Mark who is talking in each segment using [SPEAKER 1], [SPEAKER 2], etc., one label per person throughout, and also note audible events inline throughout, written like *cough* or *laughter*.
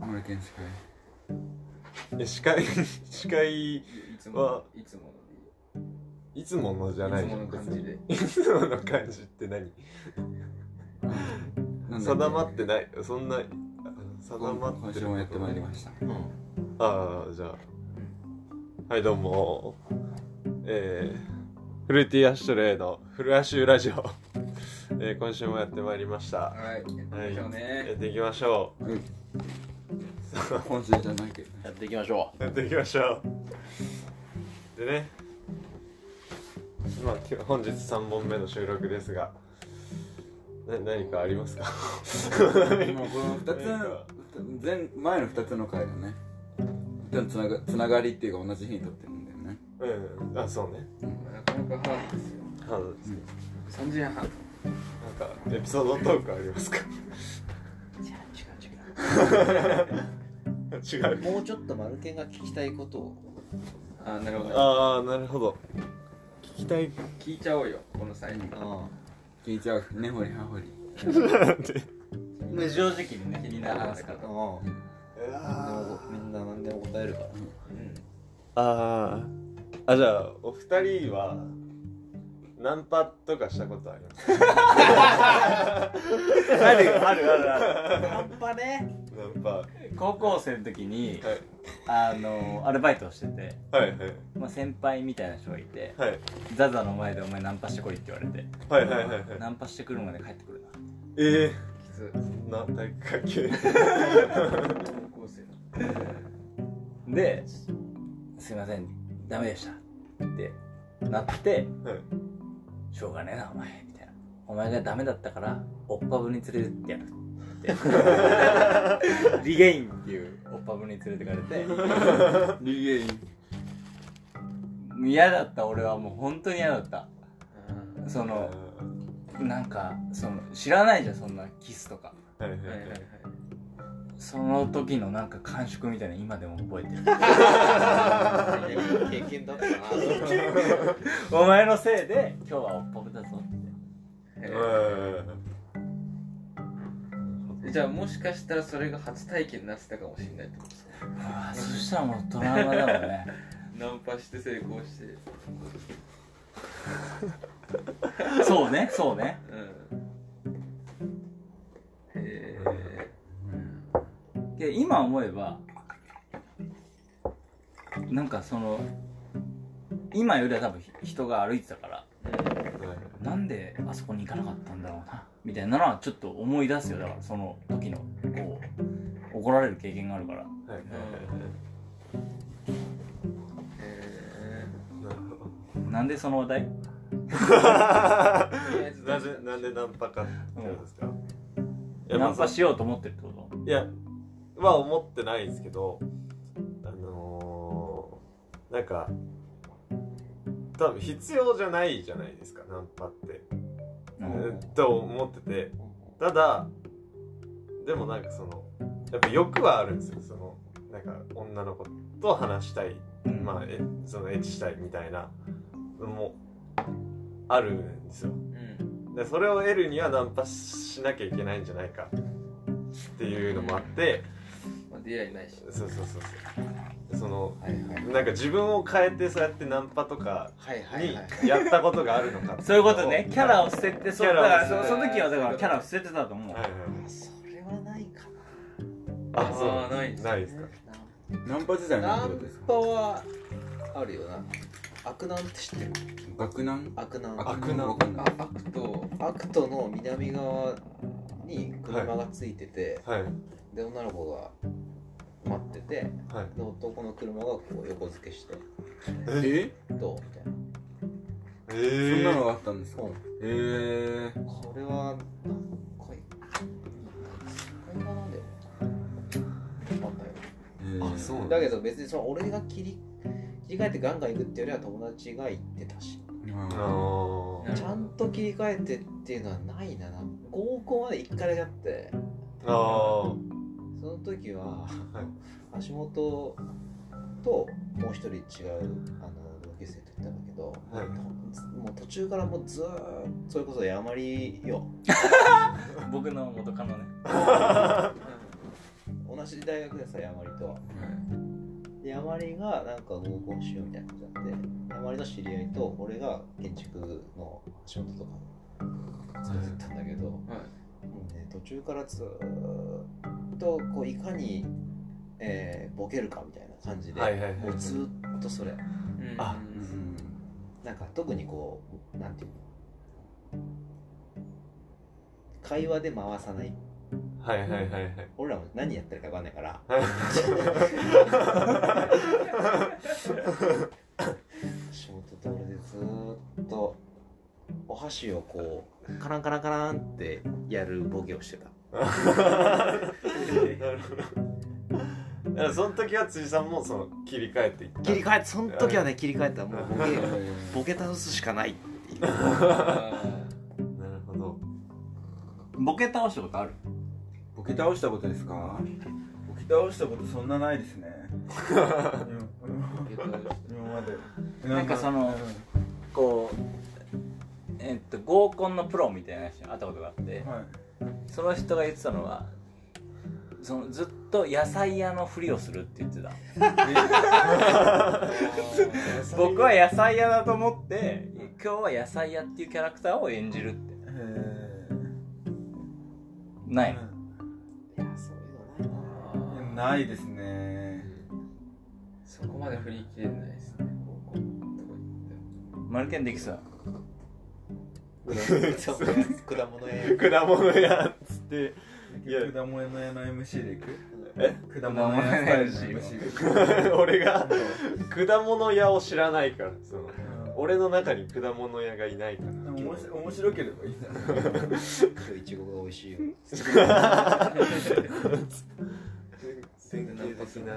[SPEAKER 1] 会見司会
[SPEAKER 2] え司会 *laughs* 司会
[SPEAKER 3] いつ
[SPEAKER 2] はい
[SPEAKER 3] つもの
[SPEAKER 2] いつものじゃない
[SPEAKER 3] い
[SPEAKER 2] じ
[SPEAKER 3] つ
[SPEAKER 2] ゃ
[SPEAKER 3] も
[SPEAKER 2] ん
[SPEAKER 3] の感じで
[SPEAKER 2] 別にいつもの感じって何
[SPEAKER 1] なんだっけ
[SPEAKER 2] 定まってないそんなあ定
[SPEAKER 1] 今
[SPEAKER 2] まって
[SPEAKER 1] 今
[SPEAKER 2] る
[SPEAKER 1] 週もやってまいりました
[SPEAKER 3] うん
[SPEAKER 2] ああじゃあはいどうもえー、フルーティーアッシュレイのフルアシュラジオ、えー、今週もやってまいりました
[SPEAKER 3] はいやってみましょう
[SPEAKER 2] やっ
[SPEAKER 3] ね
[SPEAKER 2] ていきましょ
[SPEAKER 1] うん
[SPEAKER 2] うさあ
[SPEAKER 1] 今週じゃないけどね
[SPEAKER 4] やっていきましょ
[SPEAKER 2] やっていきましょうでねまあ今日本日3本目の収録ですがな何かありますか *laughs*
[SPEAKER 1] もうこの2
[SPEAKER 2] なんか
[SPEAKER 1] つ前前の2つの回だねでもつながつながりっていうか同じ日に撮ってるんだよね
[SPEAKER 2] うんあそうね
[SPEAKER 3] なかなかハードですよ
[SPEAKER 2] あのなん
[SPEAKER 3] 3時半
[SPEAKER 2] かエピソードトークありますか違う
[SPEAKER 4] うもうちょっとマルケンが聞きたいことを
[SPEAKER 3] あなるほど
[SPEAKER 2] ああなるほど聞きた *laughs* い
[SPEAKER 3] 聞いちゃおうよこの際に
[SPEAKER 4] あ
[SPEAKER 1] 聞いちゃう根掘り葉掘り
[SPEAKER 4] 無正直にね
[SPEAKER 3] 気になるんだから
[SPEAKER 4] ああみんな何でも答えるから
[SPEAKER 3] うん
[SPEAKER 2] あーあじゃあお二人はナンパとかしたことあります
[SPEAKER 4] あるあるあるあるナンパね
[SPEAKER 2] ナンパは
[SPEAKER 4] 高校生の時に
[SPEAKER 2] い
[SPEAKER 4] あのアルバイトをしてて、
[SPEAKER 2] はいはい
[SPEAKER 4] まあ、先輩みたいな人がいて
[SPEAKER 2] はい
[SPEAKER 4] ザザの前でお前ナンパしてこいって言われて
[SPEAKER 2] はいはいはいはい
[SPEAKER 4] ナンパしてくるまで帰ってくるな
[SPEAKER 2] え
[SPEAKER 3] きつ
[SPEAKER 2] ー、そんな体育会系
[SPEAKER 3] 高校生の
[SPEAKER 4] で「すいませんダメでした」ってなって
[SPEAKER 2] はい
[SPEAKER 4] 「しょうがねえなお前」みたいな「お前がダメだったからおっぱぶに連れてってやる」ってリゲインっていうおっぱぶに連れてかれて
[SPEAKER 1] リゲイン
[SPEAKER 4] 嫌だった俺はもう本当に嫌だったそ
[SPEAKER 2] あ
[SPEAKER 4] のなんかその知らないじゃんそんなキスとか
[SPEAKER 2] ーはいはい
[SPEAKER 3] うん
[SPEAKER 2] は
[SPEAKER 3] はいいはいはい
[SPEAKER 4] その時のなんか感触みたいなの今でも覚えてる
[SPEAKER 3] 経験だったなぁ
[SPEAKER 4] お前のせいで今日はおっぱぶだぞって
[SPEAKER 3] えじゃあもしかしたらそれが初体験になってたかもしれないってことですか
[SPEAKER 4] ああそしたらもうトラウマだもんね
[SPEAKER 2] *laughs*
[SPEAKER 3] ナンパして成功して
[SPEAKER 4] そうねそうね
[SPEAKER 3] うんへえ
[SPEAKER 4] で今思えばなんかその今よりは多分ひ人が歩いてたからなんであそこに行かなかったんだろうなみたいなのはちょっと思い出すよだからその時のこう怒られる経験があるから
[SPEAKER 2] はいはいはいはい
[SPEAKER 3] え
[SPEAKER 2] なるほど
[SPEAKER 4] なんでその話題
[SPEAKER 3] とりあえず
[SPEAKER 2] なぜなんでナンパかってことですか、いや
[SPEAKER 4] ナンパ
[SPEAKER 2] ま
[SPEAKER 4] しようと思ってるってこと
[SPEAKER 2] ずいやは思ってないですけどあのー、なんか多分必要じゃないじゃないですかナンパって、
[SPEAKER 4] うん
[SPEAKER 2] と思っててただでもなんかそのやっぱ欲はあるんですよそのなんか女の子と話したい
[SPEAKER 4] うん
[SPEAKER 2] まあえそのエッチしたいみたいなのもあるんですよ
[SPEAKER 3] うん
[SPEAKER 2] でそれを得るにはナンパしなきゃいけないんじゃないかっていうのもあって
[SPEAKER 3] まあ出会いないし
[SPEAKER 2] そうそうそうそうその
[SPEAKER 3] はいはい
[SPEAKER 2] なんか自分を変えてそうやってナンパとか
[SPEAKER 3] はいは
[SPEAKER 2] に
[SPEAKER 3] いはい
[SPEAKER 2] やったことがあるのかって
[SPEAKER 4] そういうことねキャラを捨て
[SPEAKER 2] はい
[SPEAKER 4] てそう
[SPEAKER 2] キャ
[SPEAKER 4] だか
[SPEAKER 2] ラを
[SPEAKER 4] ら
[SPEAKER 3] 捨て
[SPEAKER 4] そ
[SPEAKER 3] て
[SPEAKER 4] その時はだからキャラを捨ててたと思う
[SPEAKER 2] はいはい
[SPEAKER 3] それはないか
[SPEAKER 2] あそう
[SPEAKER 3] あーないですね
[SPEAKER 2] ないですか
[SPEAKER 1] ナンパ時代の
[SPEAKER 5] ナ
[SPEAKER 1] こ
[SPEAKER 5] ン
[SPEAKER 1] とですか
[SPEAKER 5] パはあるよな。悪男って知ってる
[SPEAKER 1] 学南
[SPEAKER 5] 悪男。
[SPEAKER 2] あ学南
[SPEAKER 1] わかんな
[SPEAKER 3] ないあ悪と
[SPEAKER 5] 悪との南側に車がついてて、
[SPEAKER 2] はいはい
[SPEAKER 5] で、女の子が待ってて、で、男の車がこう横付けして、
[SPEAKER 1] え
[SPEAKER 5] どうみたいな。
[SPEAKER 2] え
[SPEAKER 1] そんなの
[SPEAKER 2] ー、
[SPEAKER 1] があったんですか
[SPEAKER 5] うん
[SPEAKER 1] えー、
[SPEAKER 5] これは、こい、こんななんだよ。あったよ。
[SPEAKER 1] えー
[SPEAKER 2] あそう
[SPEAKER 5] だけど別にその俺が切り、切り替えてガンガン行くっていうよりは友達が行ってたし。
[SPEAKER 2] あ
[SPEAKER 1] あ
[SPEAKER 2] のー
[SPEAKER 5] ちゃんと切り替えてっていうのはないな合コンまで1回だけあって
[SPEAKER 2] あ
[SPEAKER 5] その時は、
[SPEAKER 2] は
[SPEAKER 5] 橋本ともう一人違うあの同級生と言ったんだけど、
[SPEAKER 2] はい
[SPEAKER 5] もう途中からもうずーっとそれこそ山りよ
[SPEAKER 4] 僕の元カノね
[SPEAKER 2] ー
[SPEAKER 5] 同同じ大学でさ、山りとは。で、山りがなんか合コンしようみたいな感じになって、山りの知り合いと俺が建築の仕事とか連れてったんだけど、も
[SPEAKER 3] はいう
[SPEAKER 5] ね、途中からずーっとこういかに、えーボケるかみたいな感じで、
[SPEAKER 2] はいはいはい
[SPEAKER 5] もうずーっとそれ。
[SPEAKER 3] うん
[SPEAKER 2] あ
[SPEAKER 1] うん
[SPEAKER 5] なんか特にこうなんていうの会話で回さない
[SPEAKER 2] はいはいはいはい
[SPEAKER 5] 俺らも何やってるか分かんないから
[SPEAKER 2] *laughs* はい
[SPEAKER 5] 仕事と俺でずーっとお箸をこうカランカランカランってやるボケをしてた
[SPEAKER 2] *laughs* なるほどだからその時は辻さんもその切り替えていった
[SPEAKER 5] 切り替えてその時はね切り替えたらもうボケボケ倒すしかないっていう
[SPEAKER 3] あ
[SPEAKER 2] なるほど
[SPEAKER 4] ボケ倒したことある
[SPEAKER 1] ボケ倒したことですかボケ倒したことそんなないですね
[SPEAKER 3] ー受け取る
[SPEAKER 1] 今まで
[SPEAKER 4] なんかそのこうえっと合コンのプロみたいな人に会ったことがあって
[SPEAKER 1] はい
[SPEAKER 4] その人が言ってたのはそのずっと野菜屋のふりをするって言って
[SPEAKER 3] *laughs*
[SPEAKER 4] た僕は野菜屋だと思って今日は野菜屋っていうキャラクターを演じるって
[SPEAKER 1] へ
[SPEAKER 4] ない
[SPEAKER 5] いやそういうのない
[SPEAKER 3] あー
[SPEAKER 5] な
[SPEAKER 1] ないですね
[SPEAKER 3] そこまで振り切れないですね高校のとこ行っても
[SPEAKER 4] マルケンできそう
[SPEAKER 5] 果物屋
[SPEAKER 2] 果物屋っつって *laughs* いや
[SPEAKER 1] 果物屋の MC でいく
[SPEAKER 2] え
[SPEAKER 1] 果物屋スタイルの MC でいく
[SPEAKER 2] 俺が果物屋を知らないからその俺の中に果物屋がいないから
[SPEAKER 1] でも面白面白ければいいな
[SPEAKER 5] 今日いちごが美味しいよ
[SPEAKER 2] 典型的な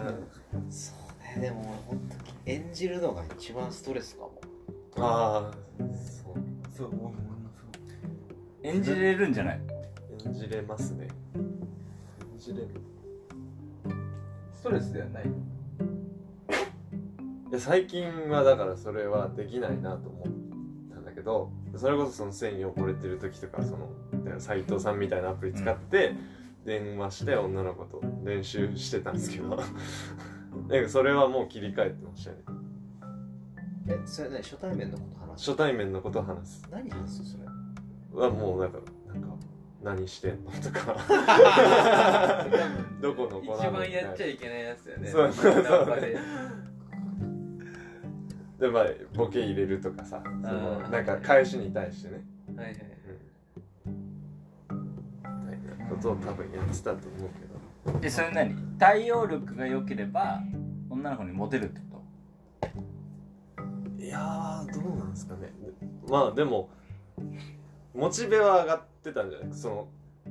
[SPEAKER 5] そうねでも俺本当に演じるのが一番ストレスかも
[SPEAKER 2] ああそう
[SPEAKER 1] そう思うそう
[SPEAKER 4] 演じれるんじゃない
[SPEAKER 2] 演じれますね演じれる
[SPEAKER 3] ストレスではない
[SPEAKER 2] いや最近はだからそれはできないなと思ったんだけどそれこそその繊維汚れてる時とかその斎藤さんみたいなアプリ使って電話して女の子と練習してたんですけどなんかそれはもう切り替えてましたね
[SPEAKER 5] えそれね初対面のこと話す
[SPEAKER 2] 初対面のことを話す
[SPEAKER 5] 何話すそれ
[SPEAKER 2] はもうなんかなんか何してんのとか
[SPEAKER 3] *laughs*
[SPEAKER 2] どこの
[SPEAKER 3] 一
[SPEAKER 2] 子なの
[SPEAKER 3] 番やっちゃ
[SPEAKER 2] い
[SPEAKER 3] いけないやつだよね
[SPEAKER 2] そうそうそう
[SPEAKER 3] ナンパで
[SPEAKER 2] でまあボケ入れるとかさその
[SPEAKER 3] あー
[SPEAKER 2] なんか返しに対してね
[SPEAKER 3] はいはい
[SPEAKER 2] みたいなことを多分やってたと思うけど
[SPEAKER 4] でそれ何対応力が良ければ女の子にモテるってこ
[SPEAKER 2] いやーどうなんですかねでまあでもモチベは上がってたんじゃないその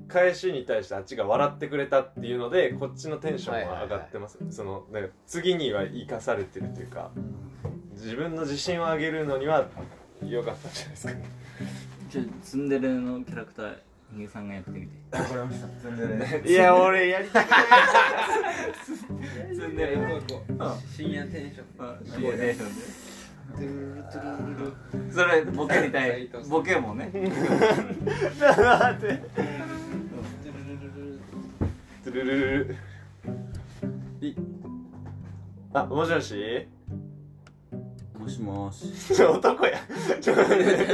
[SPEAKER 2] 返しに対してあっちが笑ってくれたっていうのでこっちのテンションは上がってます、そのなんか次には生かされてるというか自分の自信を上げるのには良かったんじゃないですかね
[SPEAKER 4] とちょツンデレのキャラクターヒゲさんがやってみて
[SPEAKER 1] わかりました全然ね
[SPEAKER 2] いや俺やりたくない
[SPEAKER 3] はい積んでるこうこう深夜テンション
[SPEAKER 4] ヒゲでそれボケみたいボケもね
[SPEAKER 2] トゥルルルルいあもしもし
[SPEAKER 1] もしもし
[SPEAKER 2] 男やちょっと待って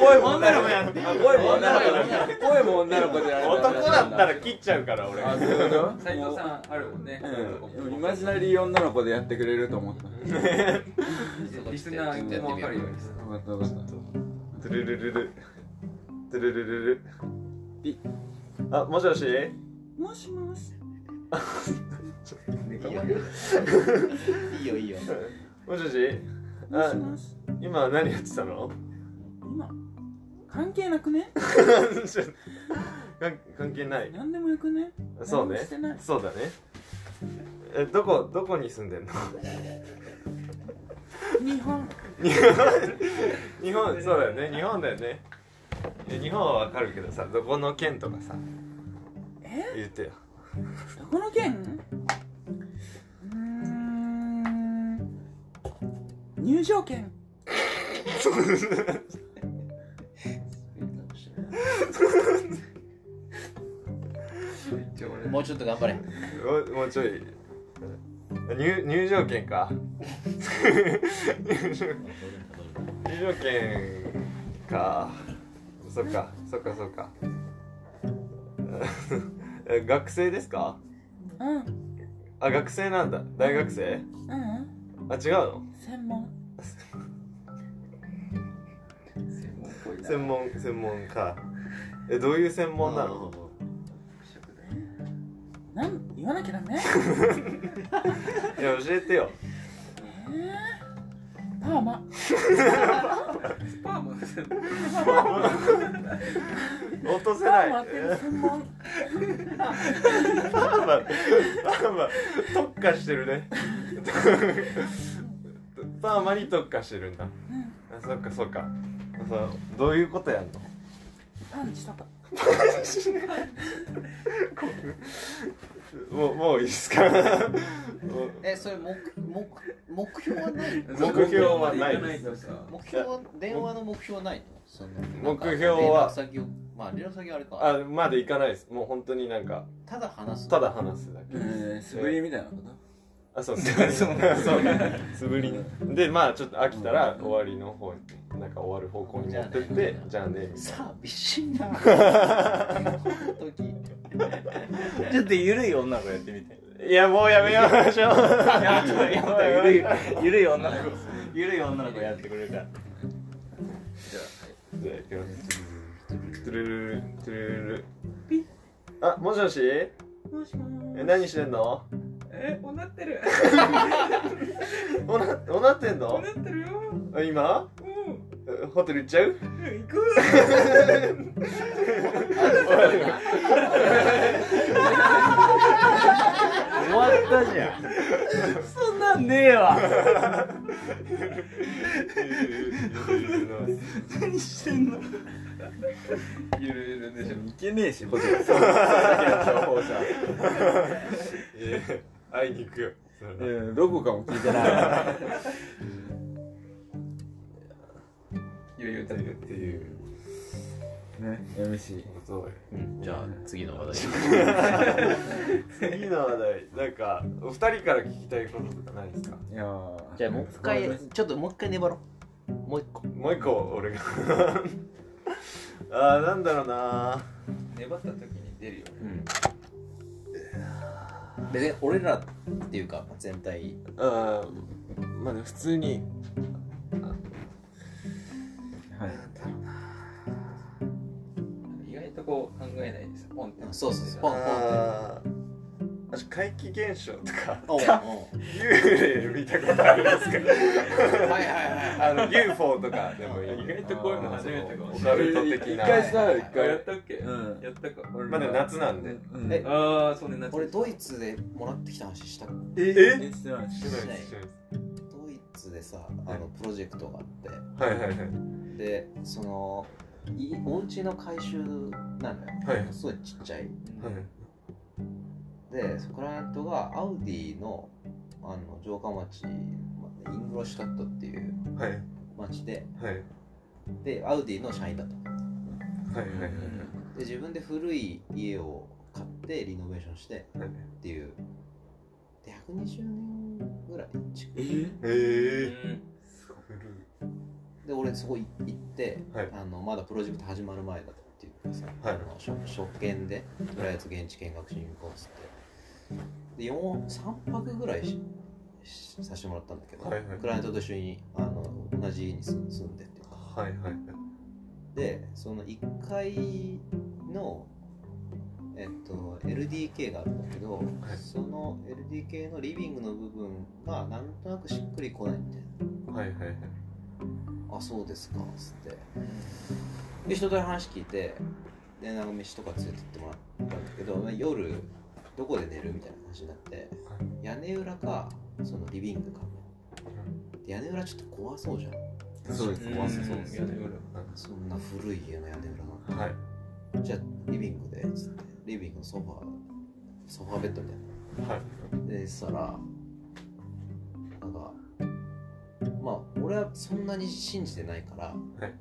[SPEAKER 1] 声も女の子
[SPEAKER 2] やって
[SPEAKER 1] あ声も女の子だ声も女の子でやられ
[SPEAKER 2] 男だったら切っちゃうから俺
[SPEAKER 1] あそういうこと
[SPEAKER 3] 斎藤さんあるもんね
[SPEAKER 1] うんイマジナリー女の子でやってくれると思った
[SPEAKER 3] リスナーも分かるようにさ
[SPEAKER 1] 分かった分かった
[SPEAKER 2] トゥルルルルトゥルルルル
[SPEAKER 1] ピ
[SPEAKER 2] あもしもし
[SPEAKER 1] もしもし
[SPEAKER 5] いいよい *laughs* いよいいよ
[SPEAKER 2] もしもし
[SPEAKER 1] も
[SPEAKER 2] あ
[SPEAKER 1] しもし
[SPEAKER 2] 今何やってたの
[SPEAKER 1] 今関係なくね
[SPEAKER 2] ちょ関関係ない
[SPEAKER 1] 何でもよくね
[SPEAKER 2] そう
[SPEAKER 1] 何も
[SPEAKER 2] ね
[SPEAKER 1] してない
[SPEAKER 2] そうだねえどこどこに住んでんの
[SPEAKER 1] 日本
[SPEAKER 2] 日本そうだよね日本だよねえ日本はわかるけどさどこの県とかさ
[SPEAKER 1] え
[SPEAKER 2] 言ってよ
[SPEAKER 1] どこの県うーん入場券
[SPEAKER 3] 一応俺
[SPEAKER 5] もうちょっと頑張れ
[SPEAKER 2] もうもうちょい入入場券か入場入場券かそっかそっかそっかえ学生ですか
[SPEAKER 6] うん
[SPEAKER 2] あ学生なんだ大学生
[SPEAKER 6] うん
[SPEAKER 2] あ違うの
[SPEAKER 6] 専門
[SPEAKER 3] 専門っぽいな。
[SPEAKER 2] 専門専門かえどういう専門なの
[SPEAKER 3] 職だ
[SPEAKER 6] なん言わなきゃダメ
[SPEAKER 2] いや教えてよ
[SPEAKER 6] パ
[SPEAKER 2] *laughs*
[SPEAKER 6] ーマ
[SPEAKER 3] スパーマの専門
[SPEAKER 2] 落とせ
[SPEAKER 6] パ
[SPEAKER 2] ない
[SPEAKER 6] ーマっていう専門
[SPEAKER 2] パーマパーマ特化してるねパーマに特化してるんだあそっかそっかそうどういうことやんの
[SPEAKER 6] パンチとか
[SPEAKER 2] もうもういいっすかもう
[SPEAKER 5] えそれ目目 *laughs* 目標はないの
[SPEAKER 2] *laughs* 目標はない
[SPEAKER 3] 目
[SPEAKER 2] で
[SPEAKER 3] 標はですか。
[SPEAKER 5] 目標は電話の目標はないのその
[SPEAKER 2] 目標は
[SPEAKER 5] 連絡先をまあ連絡先はあれか
[SPEAKER 2] あまでいかないですもう本当になんか
[SPEAKER 5] ただ話す
[SPEAKER 2] ただ話すだけ
[SPEAKER 1] えー、素振りみたいなこと
[SPEAKER 2] あ *laughs* そう素振り
[SPEAKER 4] そう
[SPEAKER 2] そう素振りねでまあちょっと飽きたら終わりの方になんか終わる方向に持ってってじゃあねみたいな
[SPEAKER 5] さあ美人 *laughs* な時
[SPEAKER 4] ちょっとゆるい女の子やってみて
[SPEAKER 2] いやもうやめようま *laughs* しょ
[SPEAKER 4] いやちょっと今からゆ
[SPEAKER 2] う
[SPEAKER 4] るいゆるい女の子ゆるい女の子やってくれるから
[SPEAKER 2] じゃあ行きますトゥルルルトゥルルルあもしもしえ
[SPEAKER 6] もしもし
[SPEAKER 2] 何してんの
[SPEAKER 6] えおなってる
[SPEAKER 2] おなおなってん
[SPEAKER 6] お
[SPEAKER 2] の
[SPEAKER 6] なってるよ
[SPEAKER 2] あ今
[SPEAKER 6] うん
[SPEAKER 2] えホテル行っちゃう
[SPEAKER 6] 行く
[SPEAKER 4] 終わったじゃんそんなんねえわ何してんの
[SPEAKER 3] ゆるゆるでしょ。
[SPEAKER 1] いけねえしホテルそうだけの情報者
[SPEAKER 2] いや会いに行くよそれ
[SPEAKER 1] えーどこかも聞いてない
[SPEAKER 3] ゆるゆるだ
[SPEAKER 2] っていう
[SPEAKER 1] ね MC
[SPEAKER 2] そう
[SPEAKER 5] じゃあ次の話
[SPEAKER 2] 次の話題なんかお二人から聞きたいこととかないですか
[SPEAKER 1] いやー
[SPEAKER 5] じゃあもう一回ちょっともう一回粘ろうもう一個
[SPEAKER 2] もう一個俺があーなんだろうな
[SPEAKER 3] 粘った時に出るよね。
[SPEAKER 5] 別に俺らっていうか全体
[SPEAKER 2] うんまあね普通に
[SPEAKER 1] はい
[SPEAKER 3] 意外とこう考えないでさ、ポンって。
[SPEAKER 5] そうそうそう
[SPEAKER 3] ポン。
[SPEAKER 2] ああ怪奇現象とか
[SPEAKER 5] おうおう
[SPEAKER 2] 幽霊見たことありますか
[SPEAKER 5] はいはいはい
[SPEAKER 2] あの UFO とかでもい
[SPEAKER 3] 意
[SPEAKER 2] い
[SPEAKER 3] 外とこういうの初めてかも
[SPEAKER 2] オ
[SPEAKER 3] しれ
[SPEAKER 2] カ
[SPEAKER 3] ない。
[SPEAKER 2] ルト的
[SPEAKER 1] 一
[SPEAKER 2] な
[SPEAKER 1] 回さ一
[SPEAKER 3] あやっ
[SPEAKER 1] 回
[SPEAKER 3] たっけ
[SPEAKER 1] うん
[SPEAKER 3] やったか。俺
[SPEAKER 2] まあね夏なんで
[SPEAKER 1] うん
[SPEAKER 5] え
[SPEAKER 3] ああ、そう
[SPEAKER 5] *laughs*
[SPEAKER 3] ね、夏。
[SPEAKER 5] 俺ドイツでもらってきた話したド
[SPEAKER 1] え
[SPEAKER 2] え
[SPEAKER 1] してない
[SPEAKER 2] しないですしないです
[SPEAKER 5] イツでさあのプロジェクトがあって
[SPEAKER 2] はいはいはい
[SPEAKER 5] でそのいお家の改修なのよ、
[SPEAKER 2] はい
[SPEAKER 5] すごいちっちゃい
[SPEAKER 2] はい
[SPEAKER 5] でクライアントがアウディのあの城下町まイングロシュタットっていう
[SPEAKER 2] はい
[SPEAKER 5] 町で
[SPEAKER 2] はい
[SPEAKER 5] でアウディの社員だと
[SPEAKER 2] はいはいはい
[SPEAKER 5] で自分で古い家を買ってリノベーションして
[SPEAKER 2] はい
[SPEAKER 5] っていうで120年ぐらい近く
[SPEAKER 1] え
[SPEAKER 3] う
[SPEAKER 2] え
[SPEAKER 3] ん。
[SPEAKER 5] で俺そこい行って、
[SPEAKER 2] はい
[SPEAKER 5] あのまだプロジェクト始まる前だったっていうかさ、
[SPEAKER 2] はい
[SPEAKER 5] あのしょ職権でとりあえず現地見学しに行こうっつってで4 3泊ぐらいししさせてもらったんだけど、
[SPEAKER 2] はいはい
[SPEAKER 5] クライアントと一緒にあの同じ家に住住んでっていうか
[SPEAKER 2] はいはいはい
[SPEAKER 5] でその1階のえっと LDK があるんだけど、
[SPEAKER 2] い
[SPEAKER 5] その LDK のリビングの部分がなんとなくしっくりこないみたいな
[SPEAKER 2] はいはいはい
[SPEAKER 5] あそうですかっつってで人と話聞いてでなんか飯とか連れてってもらったんだけどまあ夜どこで寝るみたいな話になって屋根裏かそのリビングかで屋根裏ちょっと怖そうじゃん
[SPEAKER 1] そうです
[SPEAKER 3] 怖そう
[SPEAKER 1] そう
[SPEAKER 3] で
[SPEAKER 1] ですす
[SPEAKER 3] よね、
[SPEAKER 5] そんな古い家の屋根裏なんて
[SPEAKER 2] はい
[SPEAKER 5] じゃあリビングでっつってリビングのソファーソファーベッドみた
[SPEAKER 2] は
[SPEAKER 5] い
[SPEAKER 2] い
[SPEAKER 5] なでしたらなんかまあ俺はそんなに信じてないから、
[SPEAKER 2] はい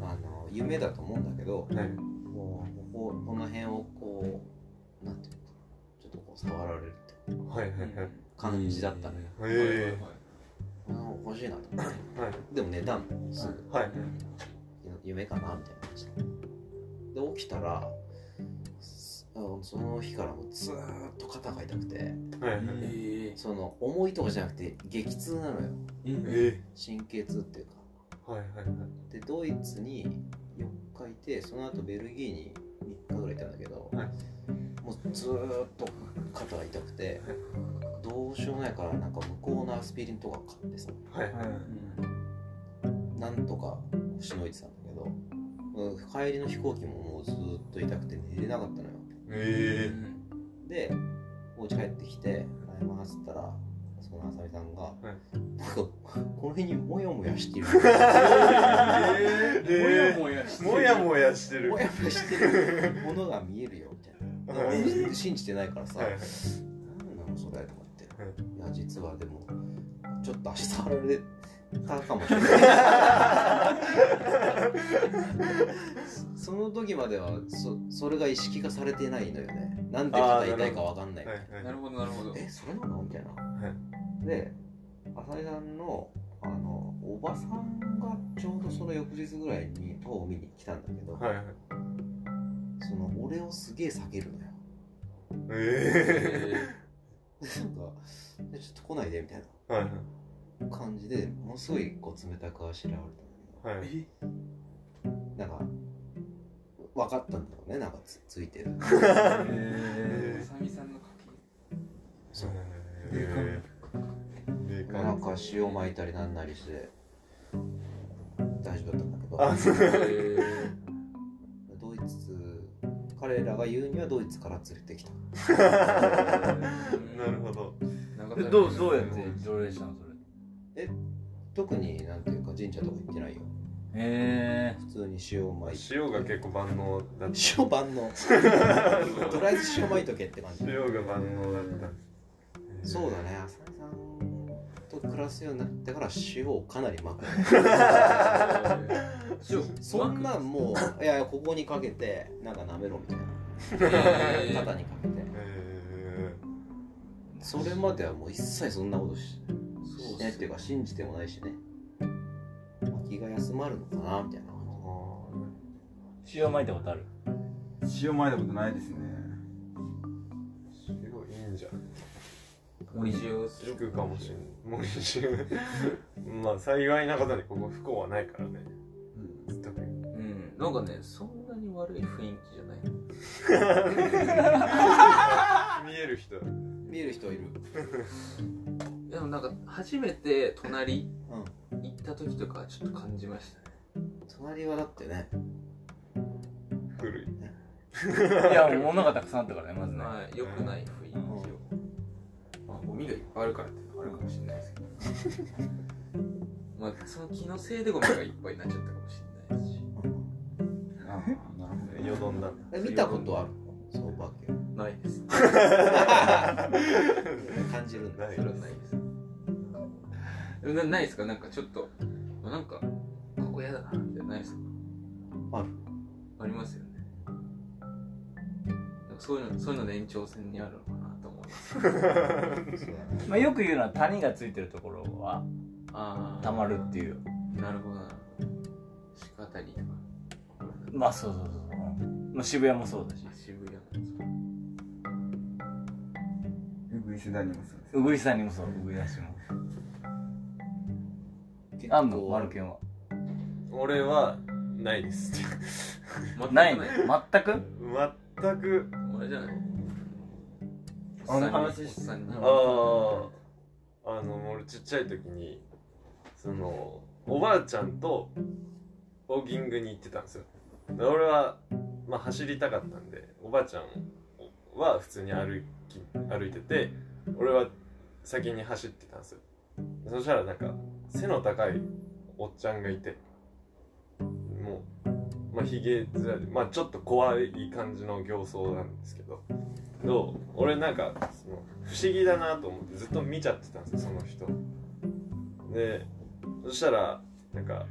[SPEAKER 5] あの夢だと思うんだけど、
[SPEAKER 2] はい
[SPEAKER 5] もうこここの辺をこうなんていうの触られるって
[SPEAKER 2] はいはいはい。
[SPEAKER 5] 感じだったのよ、
[SPEAKER 2] え
[SPEAKER 5] あー欲しいなと思って
[SPEAKER 2] え。はい。
[SPEAKER 5] でも寝たのすぐ
[SPEAKER 2] はい。
[SPEAKER 5] 夢かなみたいな感じでで起きたらすあのその日からもうずーっと肩が痛くて
[SPEAKER 2] はいはい。
[SPEAKER 1] え
[SPEAKER 5] その重いとかじゃなくて激痛なのよ
[SPEAKER 2] え
[SPEAKER 5] 神経痛っていうか
[SPEAKER 2] え。はいはいはい。
[SPEAKER 5] でドイツに4日いてその後ベルギーに3日ぐらいいたんだけど、
[SPEAKER 2] はい
[SPEAKER 5] もうずーっと肩が痛くてどうしようもないからなんか向こうのアスピリンとか買ってさ
[SPEAKER 2] はいはい。
[SPEAKER 5] なんとかしのいでたんだけどもう帰りの飛行機ももうずーっと痛くて寝れなかったのよ
[SPEAKER 2] え
[SPEAKER 5] でお家帰ってきて「会います」っつったらそのあさみさんが、なんかこの辺にモヤモヤしてる
[SPEAKER 2] え。え
[SPEAKER 4] もや
[SPEAKER 2] え。もやもやしてる。
[SPEAKER 5] モ
[SPEAKER 2] は
[SPEAKER 5] ヤモヤしてるものが見えるよみたいな。
[SPEAKER 2] は
[SPEAKER 5] で
[SPEAKER 2] い
[SPEAKER 5] 俺信じてないからさ、
[SPEAKER 2] いはい。
[SPEAKER 5] 何なのそれとか言って、
[SPEAKER 2] はい
[SPEAKER 5] いや実はでもちょっと足触られたかもしれないその時まではそそれが意識化されてないのよねなんで肩痛いかわかんない
[SPEAKER 2] はい
[SPEAKER 3] うん
[SPEAKER 2] は。
[SPEAKER 3] ないるほどなるほど
[SPEAKER 5] えそれなのみたいな、で浅井さんのあのおばさんがちょうどその翌日ぐらいにパを見に来たんだけど、
[SPEAKER 2] はいはい。
[SPEAKER 5] その俺をすげえ下げるのよ
[SPEAKER 2] え
[SPEAKER 5] でなんかでちょっと来ないでみたい
[SPEAKER 2] え。はい
[SPEAKER 5] な感じでものすごいこう冷たくあしらわれたんだ
[SPEAKER 2] はい。はい。
[SPEAKER 1] え
[SPEAKER 5] けどなんか分かったんだろうねなんかつついてる
[SPEAKER 1] あさみさんの書
[SPEAKER 5] そう
[SPEAKER 2] ええ。で
[SPEAKER 5] な
[SPEAKER 2] か
[SPEAKER 5] んか塩巻いたりなんなりして大丈夫だったんだけど
[SPEAKER 2] あ、そう。
[SPEAKER 1] きえ
[SPEAKER 5] ドイツ彼らが言うにはドイツから連れてきた
[SPEAKER 2] なるほど。
[SPEAKER 1] ー
[SPEAKER 4] どうどうやって条例したのそれ
[SPEAKER 5] 特になんていうか神社とか行ってないよ
[SPEAKER 4] へ
[SPEAKER 5] 普通に塩を巻いて
[SPEAKER 2] 塩が結構万能だった。
[SPEAKER 5] 塩万
[SPEAKER 2] *laughs*
[SPEAKER 5] 能とりあえず塩巻いとけって感じ
[SPEAKER 2] 塩が万能だった。
[SPEAKER 5] そうだね浅井さんと暮らすようになってから塩をかなり巻くそんなんもういやいやここにかけてなんか舐めろみたいな肩にかけて
[SPEAKER 2] え
[SPEAKER 5] それまではもう一切そんなことし
[SPEAKER 1] そう
[SPEAKER 5] しないっていうか信じてもないしね気が休まるのかなみたい
[SPEAKER 2] え。
[SPEAKER 5] な
[SPEAKER 2] あ
[SPEAKER 4] え塩まいたことある
[SPEAKER 1] 塩まいたことないですね
[SPEAKER 2] あ。塩いいんじゃん。
[SPEAKER 1] 森塩す
[SPEAKER 2] 聞くかもしれ *laughs* ない。もう一周。まあ幸いなことにここ不幸はないからね。特に。
[SPEAKER 3] うんなんかねそんなに悪い雰囲気じゃない
[SPEAKER 2] 見える人。はい
[SPEAKER 5] 見える人いる
[SPEAKER 3] でもなんか初めて隣
[SPEAKER 5] うん
[SPEAKER 3] 行った時とかはちょっと感じましたね
[SPEAKER 5] 隣はだってね
[SPEAKER 2] 古い。
[SPEAKER 4] いやもう物がたくさんあったからねまずね
[SPEAKER 3] はい良くない雰囲気をまあゴミがいっぱいあるからっていうのもあるかもしれないですけど *laughs* まあその気のせいでゴミがいっぱいになっちゃったかもしれないし
[SPEAKER 1] ああなるほど
[SPEAKER 2] よどんだ。
[SPEAKER 5] え見たことあるその化け
[SPEAKER 3] ないです
[SPEAKER 5] 感じるんだ
[SPEAKER 2] ない
[SPEAKER 3] そ。れはないですでもなないですかなんかちょっとあなんかここ嫌だなみたいなのないですか
[SPEAKER 5] ある
[SPEAKER 3] ありますよねなんかそういうのそういうのの延長線にあるのかなと思います
[SPEAKER 5] そうだね
[SPEAKER 4] まあ、よく言うのは谷がついてるところは
[SPEAKER 3] ああ
[SPEAKER 4] たまるっていう
[SPEAKER 3] なるほどな鹿あたりとか
[SPEAKER 4] まあそうそうそうそう、うんまあ、渋谷もそうだし
[SPEAKER 3] あ渋谷なんですか
[SPEAKER 1] うぐいせだにもそうです
[SPEAKER 4] うぐいさんにもそううぐいだしもあんのマルケンは
[SPEAKER 2] 俺はないです。 *laughs*
[SPEAKER 3] 全く
[SPEAKER 4] ないの全く
[SPEAKER 2] 全く。
[SPEAKER 3] 俺じゃない
[SPEAKER 1] あの
[SPEAKER 3] おっ
[SPEAKER 1] 話し
[SPEAKER 3] さんに
[SPEAKER 2] ああ。あの俺ちっちゃい時にそのおばあちゃんとウォーキングに行ってたんですよ。で俺はまあ走りたかったんでおばあちゃんは普通に歩き歩いてて俺は先に走ってたんですよ。そしたらなんか背の高いおっちゃんがいてもうまあひげずらでまあちょっと怖い感じの形相なんですけどどう俺なんかその不思議だなと思ってずっと見ちゃってたんですよその人でそしたらなんか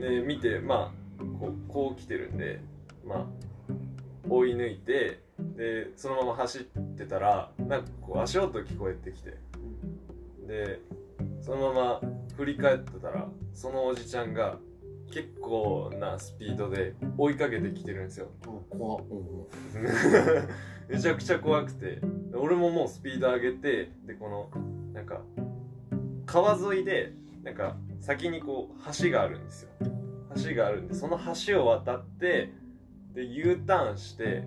[SPEAKER 2] で見てまあこうこう来てるんでまあ追い抜いてでそのまま走ってたらなんかこう足音聞こえてきてでそのまま振り返ってたらそのおじちゃんが結構なスピードで追いかけてきてるんですよ
[SPEAKER 5] 怖っうん
[SPEAKER 2] *laughs* めちゃくちゃ怖くてで俺ももうスピード上げてでこのなんか川沿いでなんか先にこう橋があるんですよ橋があるんでその橋を渡ってで U ターンして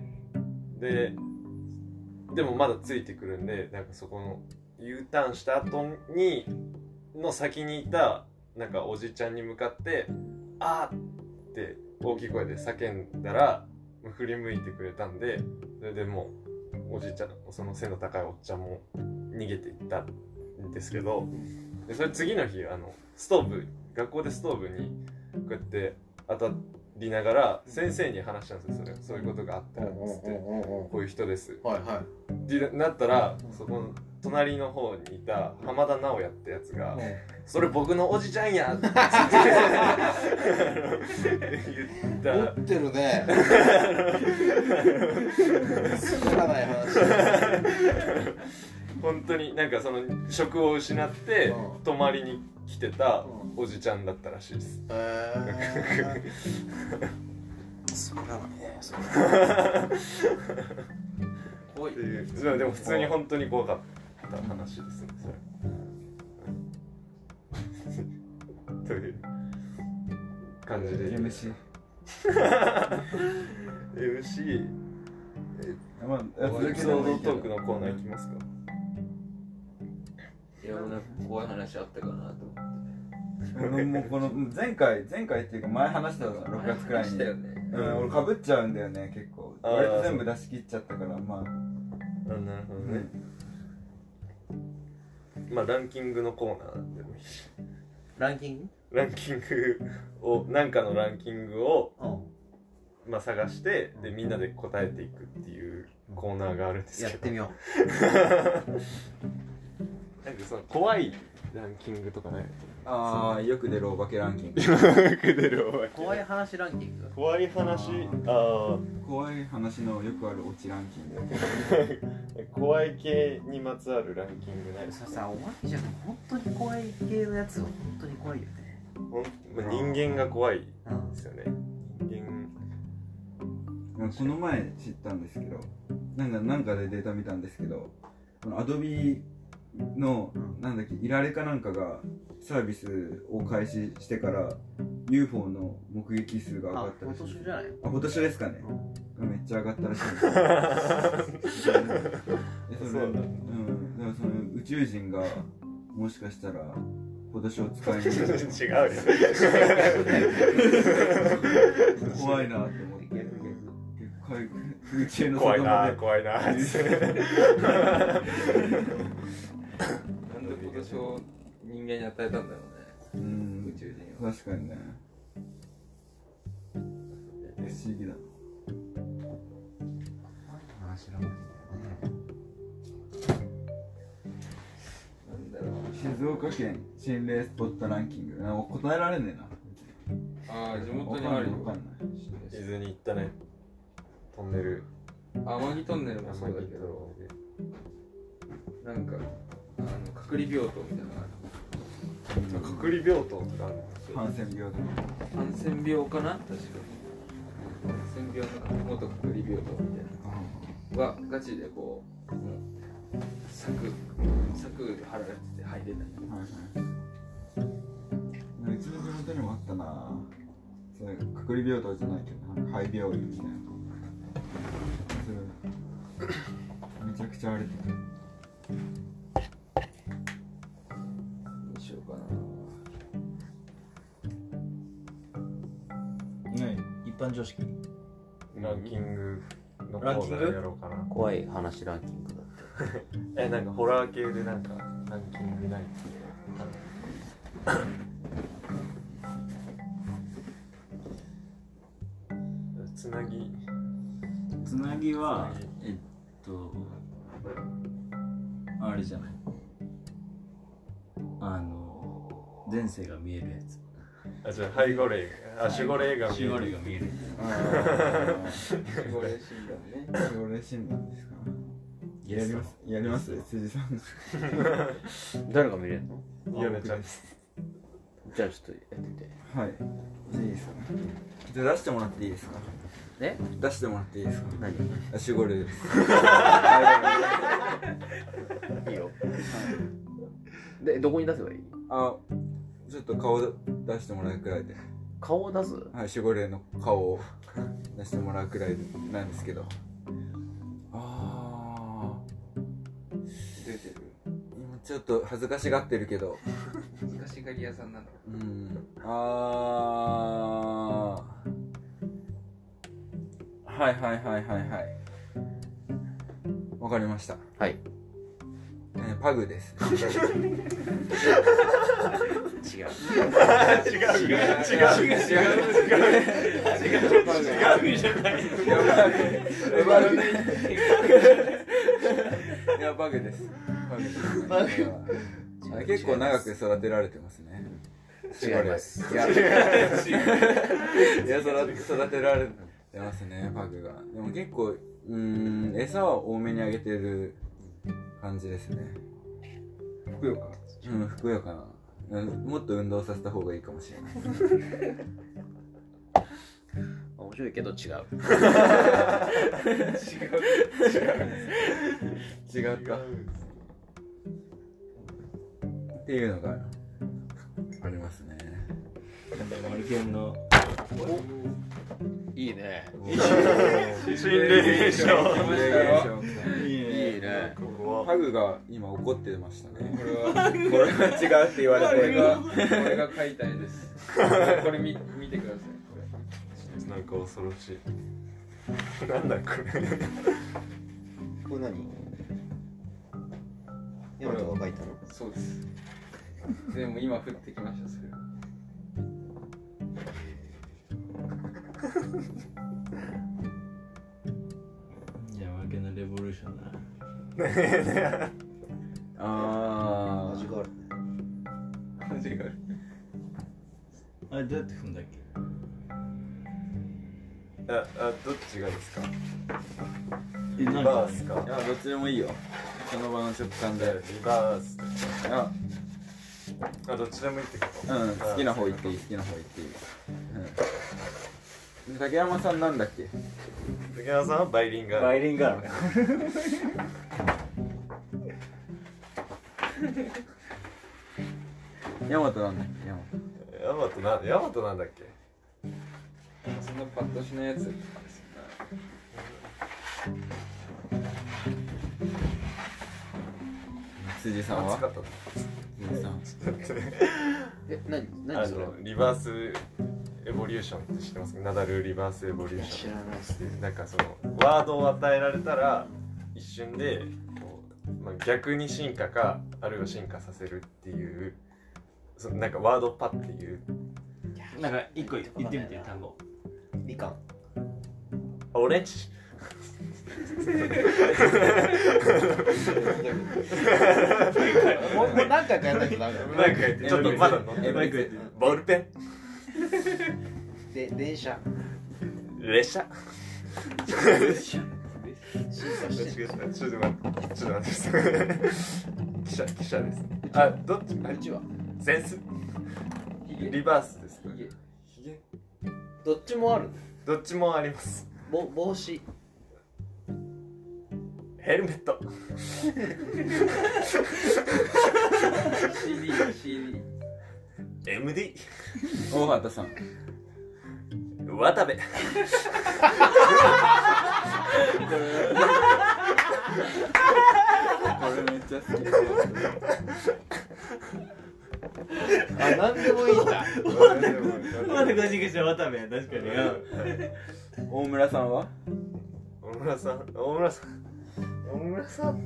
[SPEAKER 2] ででもまだついてくるんでなんかそこの U ターンした後にの先にいたなんかおじちゃんに向かって「あーって大きい声で叫んだら振り向いてくれたんでそれでもうおじいちゃんその背の高いおっちゃんも逃げていったんですけどでそれ次の日あのストーブ学校でストーブにこうやって当たりながら先生に話したんですよそれそういうことがあったらっつって「こういう人です」
[SPEAKER 5] はいは
[SPEAKER 2] ってなったらそこの隣の方にいた浜田直哉ってやつが「それ僕のおじちゃん *laughs* や!」って言った
[SPEAKER 5] 持ってるねつまらない話
[SPEAKER 2] 本当になんかその職を失って
[SPEAKER 5] うん
[SPEAKER 2] 泊まりに来てた
[SPEAKER 5] うん
[SPEAKER 2] おじちゃんだったらしいです
[SPEAKER 5] えーつまらないねそれ
[SPEAKER 3] 怖い
[SPEAKER 2] っていうそれでも普通に本当に怖かった話ですねそれうん *laughs* という感じで
[SPEAKER 1] MC
[SPEAKER 2] MC
[SPEAKER 1] まあ
[SPEAKER 2] エ
[SPEAKER 1] 続
[SPEAKER 2] ピ
[SPEAKER 1] き
[SPEAKER 2] ソ
[SPEAKER 1] で
[SPEAKER 2] ー
[SPEAKER 1] もいいけど
[SPEAKER 2] ドトークのコーナーいきますか
[SPEAKER 3] いやもうなんか怖い話あったかなと思って
[SPEAKER 1] 俺もこの前回前回っていうか前話したの6月くらいに
[SPEAKER 3] したよね
[SPEAKER 1] うん、俺かぶっちゃうんだよね結構
[SPEAKER 2] あー
[SPEAKER 1] 割と全部出し切っちゃったからまあ
[SPEAKER 2] あなるほどね、まあランキングのコーナーでもいいし
[SPEAKER 5] ランキング
[SPEAKER 2] ランキングをなんかのランキングを、
[SPEAKER 5] う
[SPEAKER 2] まあ、探してでみんなで答えていくっていうコーナーがあるんで
[SPEAKER 5] ん
[SPEAKER 2] す
[SPEAKER 5] やっ
[SPEAKER 2] け
[SPEAKER 5] て
[SPEAKER 2] ど
[SPEAKER 5] みよ
[SPEAKER 2] なんかその怖いランキングとかね
[SPEAKER 1] ああよく出るお化けランキング
[SPEAKER 2] *laughs*
[SPEAKER 5] う怖い話ランキング
[SPEAKER 2] 怖い話あ
[SPEAKER 1] 怖い話のよくあるオチランキング
[SPEAKER 2] ー怖い系にまつわるランキングないです
[SPEAKER 5] それさお化けじゃなくて本当に怖い系のやつは本当に怖いよね
[SPEAKER 2] ほんまあ人間が怖いで
[SPEAKER 5] うん
[SPEAKER 2] すよね人間
[SPEAKER 1] うんこの前知ったんですけどなんかなんかでデータ見たんですけどこのアドビの
[SPEAKER 5] うん
[SPEAKER 1] なんだっけイラレかなんかがサービスを開始してから UFO の目撃数が上が
[SPEAKER 5] あ
[SPEAKER 1] った
[SPEAKER 5] 今
[SPEAKER 1] らしい
[SPEAKER 5] 年じゃない
[SPEAKER 1] あ今年ですかねめっちゃ上が
[SPEAKER 5] *laughs*
[SPEAKER 1] ったらしいんですよでそれ
[SPEAKER 2] そうなんだ
[SPEAKER 1] うん、だからその宇宙人がもしかしたら今年を使い
[SPEAKER 5] *laughs*
[SPEAKER 1] に
[SPEAKER 2] *laughs* 違うよ
[SPEAKER 1] 怖いなと思って海空中の
[SPEAKER 2] 怖い
[SPEAKER 1] 外ま
[SPEAKER 2] な
[SPEAKER 1] で
[SPEAKER 2] 怖いな
[SPEAKER 5] *laughs*
[SPEAKER 3] なんで今年を人間に与えたんだろう
[SPEAKER 1] う
[SPEAKER 3] ね宇
[SPEAKER 1] ん
[SPEAKER 3] 宙人は
[SPEAKER 1] 確かにね不思議だ
[SPEAKER 5] 話ランキング
[SPEAKER 3] なんだろう
[SPEAKER 1] 静岡県心霊スポットランキングなんか答えられね
[SPEAKER 3] ああ地
[SPEAKER 1] えな
[SPEAKER 3] 元にあるよ
[SPEAKER 1] わかんない
[SPEAKER 2] 伊豆に行ったねトンネル
[SPEAKER 3] 天城トンネルもそうだけどなんかあの隔離病棟みたいなのがある
[SPEAKER 2] 隔離病棟と
[SPEAKER 1] わ
[SPEAKER 2] かある
[SPEAKER 1] かんないハンセン病とか
[SPEAKER 3] 感染病かな確かに感染病とか元隔離病棟みたいなはガチでこうもう柵柵張られてて入れない
[SPEAKER 1] はいはい。うちの地元にもあったな。それ隔離病棟じゃないけど、なんか肺病院みたいな。それめちゃくちゃ荒れてた。
[SPEAKER 3] どうしようかな
[SPEAKER 5] 一般常識
[SPEAKER 2] ランキングのコ
[SPEAKER 5] ランキ
[SPEAKER 2] ー
[SPEAKER 5] ング
[SPEAKER 2] ナーやろうかな
[SPEAKER 5] 怖い話ランキングだ
[SPEAKER 2] えなんかホラー系でなんかランキングないつなぎ
[SPEAKER 4] つなぎは
[SPEAKER 2] つなぎ
[SPEAKER 4] えっとあれじゃないあの前世が見えるやつ
[SPEAKER 2] あ、じゃあ、ハイゴレイ。あ、守護霊が見え
[SPEAKER 4] シ
[SPEAKER 2] る。
[SPEAKER 4] ゴリが見える
[SPEAKER 1] あ
[SPEAKER 3] 守護霊診断ね
[SPEAKER 1] あ、それ診断ですか。
[SPEAKER 4] ゲ
[SPEAKER 1] や
[SPEAKER 4] ス
[SPEAKER 1] り
[SPEAKER 4] ト
[SPEAKER 1] ます。やります。辻さん。
[SPEAKER 7] 誰が見れるの
[SPEAKER 2] ヨネちゃん。
[SPEAKER 7] じゃあちょっとやってみて
[SPEAKER 1] はい。じゃあいいですか。じゃあ出してもらっていいですか。
[SPEAKER 7] え
[SPEAKER 1] 出してもらっていいですか。
[SPEAKER 7] 何
[SPEAKER 1] あ、守護霊です。
[SPEAKER 7] いいよでどこに出せばいい
[SPEAKER 1] あ、ちょっと顔出してもらうくらいで。
[SPEAKER 7] 顔を出す
[SPEAKER 1] はい、守護霊の顔を出してもらうくらいなんですけどあ
[SPEAKER 3] 出てる
[SPEAKER 1] ー今ちょっと恥ずかしがってるけど
[SPEAKER 3] 難しがり屋さんなの
[SPEAKER 1] うんあーはいはいはいはいはいわかりました
[SPEAKER 7] はい
[SPEAKER 1] えーパグです
[SPEAKER 7] 違う
[SPEAKER 2] 違う違う違う違う
[SPEAKER 1] いやパグいやパグですパグですパグあ結構長く育てられてますね
[SPEAKER 7] 違います
[SPEAKER 1] いやいや育て育てられてますねパグがでも結構うーん餌は多めにあげてる感じですね
[SPEAKER 3] ふくよか
[SPEAKER 1] うんふくよかなうんもっと運動させた方がいいかもしれない
[SPEAKER 7] 面白いけど違う
[SPEAKER 1] 違うかっていうのがありますね
[SPEAKER 4] マルケンの
[SPEAKER 7] いいね
[SPEAKER 2] 心霊現象。
[SPEAKER 1] いい
[SPEAKER 7] いいね
[SPEAKER 1] パグが今怒ってましたね
[SPEAKER 3] これは
[SPEAKER 1] これは違うって言わ
[SPEAKER 3] こ
[SPEAKER 1] れ
[SPEAKER 3] れ
[SPEAKER 1] て
[SPEAKER 3] がこれが解体ですこれ見見てくださいこれ
[SPEAKER 2] なんか恐ろしい。なんだこれ。
[SPEAKER 5] これ何ヤマトが書いたの
[SPEAKER 3] そうです。でも今降ってきました、それ。
[SPEAKER 4] じゃあマルケンのレボリューションだな
[SPEAKER 1] あ
[SPEAKER 5] 味があるね
[SPEAKER 3] 味がある。
[SPEAKER 4] あれどうやって踏んだっけ
[SPEAKER 2] あ、あ、どっちがですか。
[SPEAKER 4] え
[SPEAKER 2] リ
[SPEAKER 4] なん
[SPEAKER 2] バ
[SPEAKER 4] か
[SPEAKER 2] ースか
[SPEAKER 1] あい。やどっちでもいいよその場の食感
[SPEAKER 2] じゃあ
[SPEAKER 1] で
[SPEAKER 2] リバース。
[SPEAKER 1] あ
[SPEAKER 2] あ、どっちでもいいってこ
[SPEAKER 1] うん
[SPEAKER 2] と。
[SPEAKER 1] 好きな方行っていい好きな方行っていい、うん、竹山さんなんだっけ
[SPEAKER 2] 竹山さんはバイリンガ
[SPEAKER 4] バ
[SPEAKER 2] ル。
[SPEAKER 4] イリンガル
[SPEAKER 1] ヤマトなんだっけヤマト
[SPEAKER 2] ヤマトな、ヤマトなんだっけ。
[SPEAKER 3] そんなパッとしないやつ。
[SPEAKER 1] 辻さん
[SPEAKER 2] 暑か
[SPEAKER 1] は
[SPEAKER 2] ったな。
[SPEAKER 1] 辻さん
[SPEAKER 7] え何
[SPEAKER 2] あ
[SPEAKER 7] 何それ
[SPEAKER 2] のリバースエボリューションって知ってますかナダルリバースエボリューシ
[SPEAKER 7] 知
[SPEAKER 2] ョ
[SPEAKER 7] らないっす
[SPEAKER 2] ンなんかそのワードを与えられたら一瞬でこう、まあ、逆に進化かあるいは進化させるっていうそのなんかワードパっていう
[SPEAKER 4] なんか一個言ってみて単語
[SPEAKER 5] みかん
[SPEAKER 2] あオレンジ
[SPEAKER 5] もうもう何回かやんないとダメだよ
[SPEAKER 2] なんかちょっとまだ乗ってないボールペ
[SPEAKER 5] で電車
[SPEAKER 2] ン
[SPEAKER 1] *laughs*
[SPEAKER 2] 列車
[SPEAKER 5] 審
[SPEAKER 2] 間
[SPEAKER 5] 査
[SPEAKER 2] 違
[SPEAKER 5] して
[SPEAKER 2] えたちょっと待ってちょっと待って汽車汽車ですあどっち
[SPEAKER 5] んうちは
[SPEAKER 2] センス
[SPEAKER 3] ひげ。
[SPEAKER 2] リバースです
[SPEAKER 3] ひげ。ひげ。
[SPEAKER 5] どっちもある
[SPEAKER 2] どっちもあります
[SPEAKER 5] ぼ帽子
[SPEAKER 2] ヘルメット
[SPEAKER 3] CD、CD。
[SPEAKER 2] MD
[SPEAKER 1] 大畑さん
[SPEAKER 2] 渡部
[SPEAKER 1] これめっちゃ好き
[SPEAKER 5] あ何でもいいん
[SPEAKER 2] *laughs*
[SPEAKER 5] だ
[SPEAKER 4] まだゴシゴシ渡部確かに
[SPEAKER 1] 大村さんは
[SPEAKER 2] 大村さん大村さん大村さん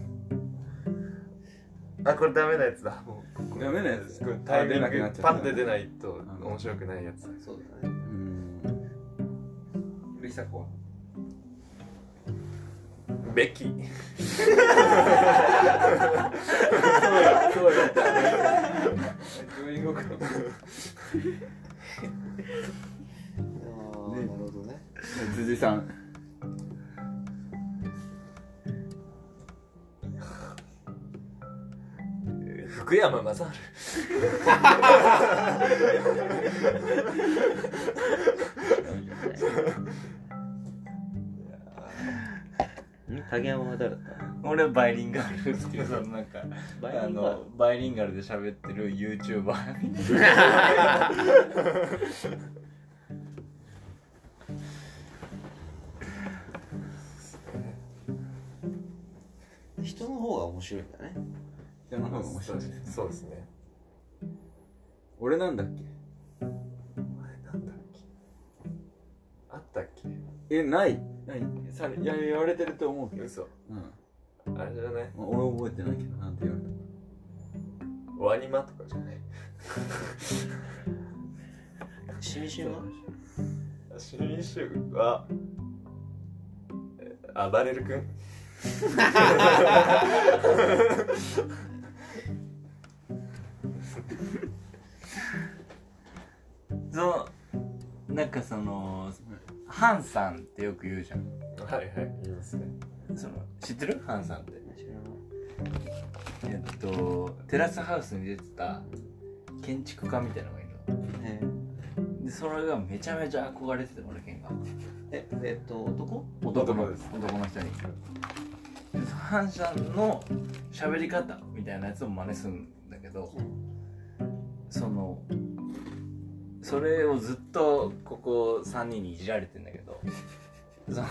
[SPEAKER 2] あこれダメなやつだもう
[SPEAKER 1] ダメなやつ
[SPEAKER 2] これタイミン
[SPEAKER 1] あ出なくなっ
[SPEAKER 2] グ
[SPEAKER 1] ちゃった
[SPEAKER 2] パッて出ないと面白くないやつ
[SPEAKER 5] そうだね
[SPEAKER 1] うん
[SPEAKER 3] リサコは。
[SPEAKER 2] ベッキー
[SPEAKER 3] ジョインゴクト。
[SPEAKER 1] 辻さん
[SPEAKER 2] 福山雅治
[SPEAKER 5] 影山は誰だっ
[SPEAKER 4] 俺はバイリンガルっていうそのなんか
[SPEAKER 5] たバイリンガ
[SPEAKER 4] あのバイリンガルで喋ってる YouTuber みたいな
[SPEAKER 5] ル人の方が面白いんだね
[SPEAKER 1] 人の方が面白い
[SPEAKER 2] そうですね
[SPEAKER 1] 俺なんだっ
[SPEAKER 2] あれなんだっけあったっ
[SPEAKER 1] けえないないさいや言われてると思うけ
[SPEAKER 2] け
[SPEAKER 1] ど、
[SPEAKER 2] 嘘
[SPEAKER 1] うんまあ、
[SPEAKER 2] あれじゃない
[SPEAKER 1] 俺覚えてないけどなんて言われた
[SPEAKER 2] ワニマとかじゃない
[SPEAKER 5] しみしみは
[SPEAKER 2] 新種はえあばれる君
[SPEAKER 4] そのなんかそのハンさんってよく言うじゃん
[SPEAKER 2] はいはい言いますね
[SPEAKER 4] その知ってるハンさんって
[SPEAKER 5] 知らな
[SPEAKER 4] え
[SPEAKER 5] い
[SPEAKER 4] っとテラスハウスに出てた建築家みたいなのがいる
[SPEAKER 5] え
[SPEAKER 4] のでそれがめちゃめちゃ憧れてて俺ケンが
[SPEAKER 5] ええっと男
[SPEAKER 4] 男の
[SPEAKER 1] 男です
[SPEAKER 4] 男の人にハンさんの喋り方みたいなやつを真似するんだけどそのそれをずっとここ3人にいじられてんだけどその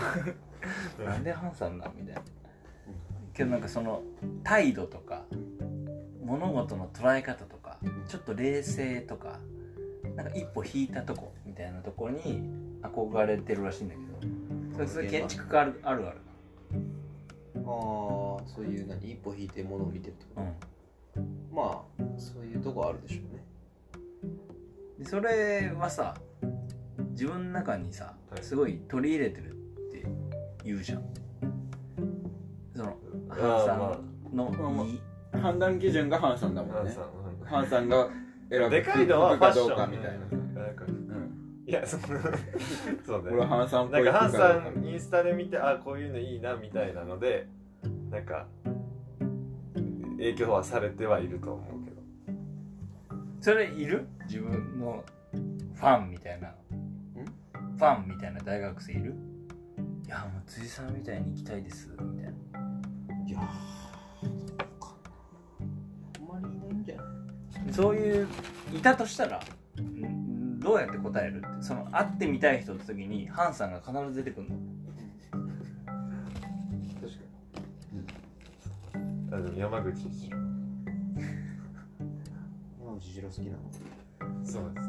[SPEAKER 4] なんでハンさんなんみたいなけどなんかその態度とか物事の捉え方とかちょっと冷静とかなんか一歩引いたとこみたいなとこに憧れてるらしいんだけどそれそれ建築家あるあるある
[SPEAKER 5] ああそういう何一歩引いて物を見てるってこ
[SPEAKER 4] う
[SPEAKER 5] とまあそういうとこあるでしょうね
[SPEAKER 4] んでそれはさ自分の中にさ
[SPEAKER 2] はい
[SPEAKER 4] すごい取り入れてるって言うじゃんその
[SPEAKER 2] あ
[SPEAKER 4] ハンさ
[SPEAKER 2] ま
[SPEAKER 4] んの
[SPEAKER 1] まあまあ
[SPEAKER 4] いい
[SPEAKER 1] 判断基準がハンさんだ
[SPEAKER 2] あ
[SPEAKER 1] も
[SPEAKER 2] ハ
[SPEAKER 1] ん
[SPEAKER 2] ン
[SPEAKER 1] ね
[SPEAKER 2] さん
[SPEAKER 1] ハンさんが選
[SPEAKER 2] う
[SPEAKER 1] ぶ
[SPEAKER 2] んでかいのは
[SPEAKER 1] 服
[SPEAKER 2] フ
[SPEAKER 1] か
[SPEAKER 2] ァッシ
[SPEAKER 1] どう
[SPEAKER 2] ョ
[SPEAKER 1] か
[SPEAKER 2] ン
[SPEAKER 1] みたいな、
[SPEAKER 2] なんか
[SPEAKER 1] うん、
[SPEAKER 2] いやその *laughs* そうね
[SPEAKER 1] 俺はハンさんっぽ
[SPEAKER 2] ないんかハン
[SPEAKER 1] 服どう
[SPEAKER 2] さんインスタで見てあこういうのいいなみたいなのでなんか影響はされてはいると思うけど
[SPEAKER 4] それいる自分のファンみたいなファンみたいな大学生いるいやもう辻さんみたいに行きたいですみたいない
[SPEAKER 5] やーそうかなあんまりいないんじゃない
[SPEAKER 4] そういういたとしたらんどうやって答えるってその会ってみたい人の時にハンさんが必ず出てくるの
[SPEAKER 2] あでも山口一郎
[SPEAKER 5] 山口次郎好きなの
[SPEAKER 2] そうです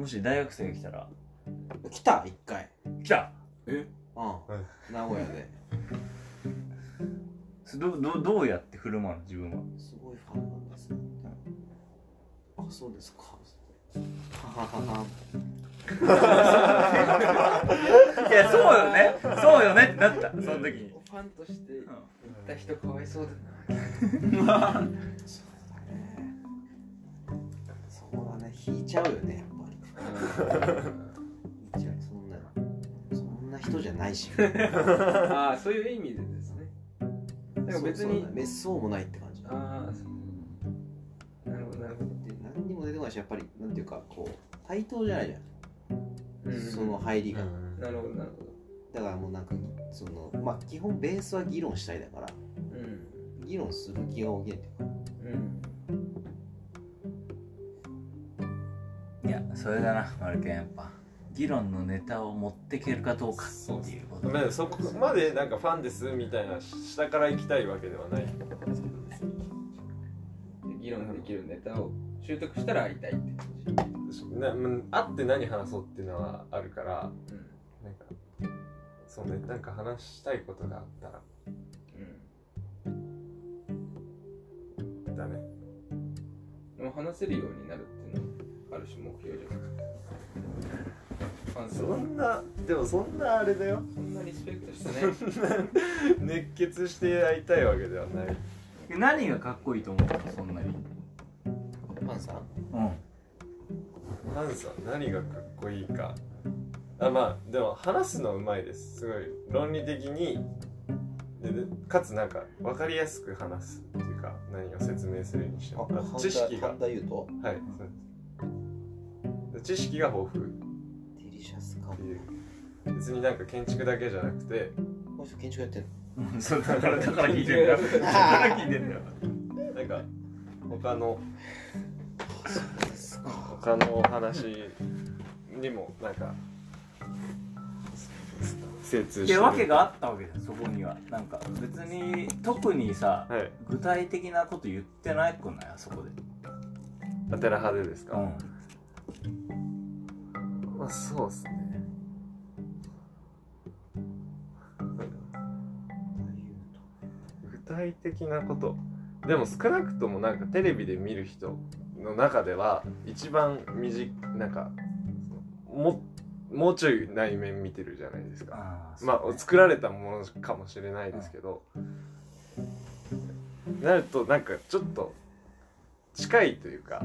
[SPEAKER 4] もし大学生が来たら
[SPEAKER 5] 来た一回
[SPEAKER 4] 「来た
[SPEAKER 5] うん、名古屋で
[SPEAKER 4] そどどどうやって振る舞うの自 *laughs* 分は
[SPEAKER 5] すごいファンなんですねあそうですかはははは。
[SPEAKER 4] いやそうよねそうよねってなったその時に、
[SPEAKER 3] ファンとして行った人かわいそうだな
[SPEAKER 5] そうだね引いちゃうよねやっぱ *laughs* り引いちゃうそんなそんな人じゃない *laughs* し
[SPEAKER 3] ああそういう意味でですねだから別
[SPEAKER 5] そう
[SPEAKER 3] に
[SPEAKER 5] そうだね滅相もないって感じ
[SPEAKER 3] ああそうなるほどなるほど
[SPEAKER 5] で何にも出てこないしやっぱりなんていうかこう対等じゃないじゃん、
[SPEAKER 3] うん
[SPEAKER 5] その入りが、
[SPEAKER 3] なるほどなるほ
[SPEAKER 5] だからもうなんかそのまあ基本ベースは議論したいだから
[SPEAKER 3] どうん
[SPEAKER 5] 議論する気が起きないっていうか
[SPEAKER 3] うん
[SPEAKER 4] いやそれだなマルケンやっぱ議論のネタを持っていけるかどうかっていうこと
[SPEAKER 2] まあそこまでなんかファンですみたいな下から行きたいわけではない
[SPEAKER 3] で議論できるネタを習得したら会いたいって感じ
[SPEAKER 2] なうん会って何話そうっていうのはあるからなんかそうねなんか話したいことがあったら
[SPEAKER 3] うん
[SPEAKER 2] だね
[SPEAKER 3] でも話せるようになるっていうのはある種目標じゃないですかファン
[SPEAKER 2] そ
[SPEAKER 3] さん
[SPEAKER 2] んなでもそんなあれだよ
[SPEAKER 3] そんなリスペクトしてね
[SPEAKER 2] *laughs* 熱血して会いたいわけではない
[SPEAKER 4] 何がかっこいいと思うのそんなに
[SPEAKER 5] パンさん
[SPEAKER 4] うん
[SPEAKER 2] ハンさん何がかっこいいかあまあでも話すのうまいですすごい論理的にででかつなんか分かりやすく話すっていうか何を説明するにしてもあ知識がはい
[SPEAKER 5] 神田優斗
[SPEAKER 2] そうです知識が豊富っ
[SPEAKER 5] デリシャスカ
[SPEAKER 2] ていう別になんか建築だけじゃなくて
[SPEAKER 5] この人建築やってる
[SPEAKER 4] うんそうだからだから聞いてん *laughs* だよだから聞いてんだよ
[SPEAKER 2] なんか他の他のお話にもなんか精通して
[SPEAKER 4] で
[SPEAKER 2] る
[SPEAKER 4] 訳があったわけだよそこにはなんか別に特にさ
[SPEAKER 2] はい
[SPEAKER 4] 具体的なこと言ってないくないあそこで
[SPEAKER 2] アテラ派でですか、
[SPEAKER 4] ん
[SPEAKER 2] まあそうですね具体的なことでも少なくともなんかテレビで見る人の中では一番短なんかももうちょい内面見てるじゃないですか
[SPEAKER 4] あー
[SPEAKER 2] ま
[SPEAKER 4] そう
[SPEAKER 2] あ
[SPEAKER 4] ね
[SPEAKER 2] 作られたものかもしれないですけど、なるとなんかちょっと近いというか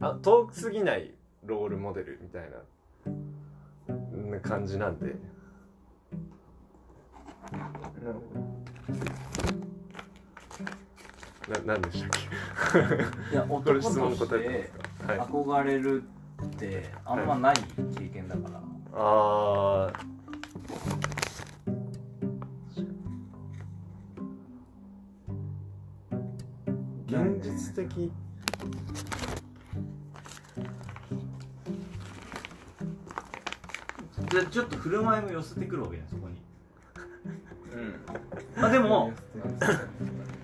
[SPEAKER 2] あ遠すぎないロールモデルみたいなうん感じなんでななんでしたっ
[SPEAKER 4] いや
[SPEAKER 2] けこれ質
[SPEAKER 4] 男
[SPEAKER 2] 問
[SPEAKER 4] とし
[SPEAKER 2] 答えて
[SPEAKER 4] て
[SPEAKER 2] ますかはい
[SPEAKER 4] 憧れるってあんまない経験だから、
[SPEAKER 2] ああ現実的
[SPEAKER 4] じゃあちょっと振る舞いも寄せてくるわけじゃんそ *laughs* こに
[SPEAKER 3] うん
[SPEAKER 4] まあ
[SPEAKER 1] *laughs*
[SPEAKER 4] でも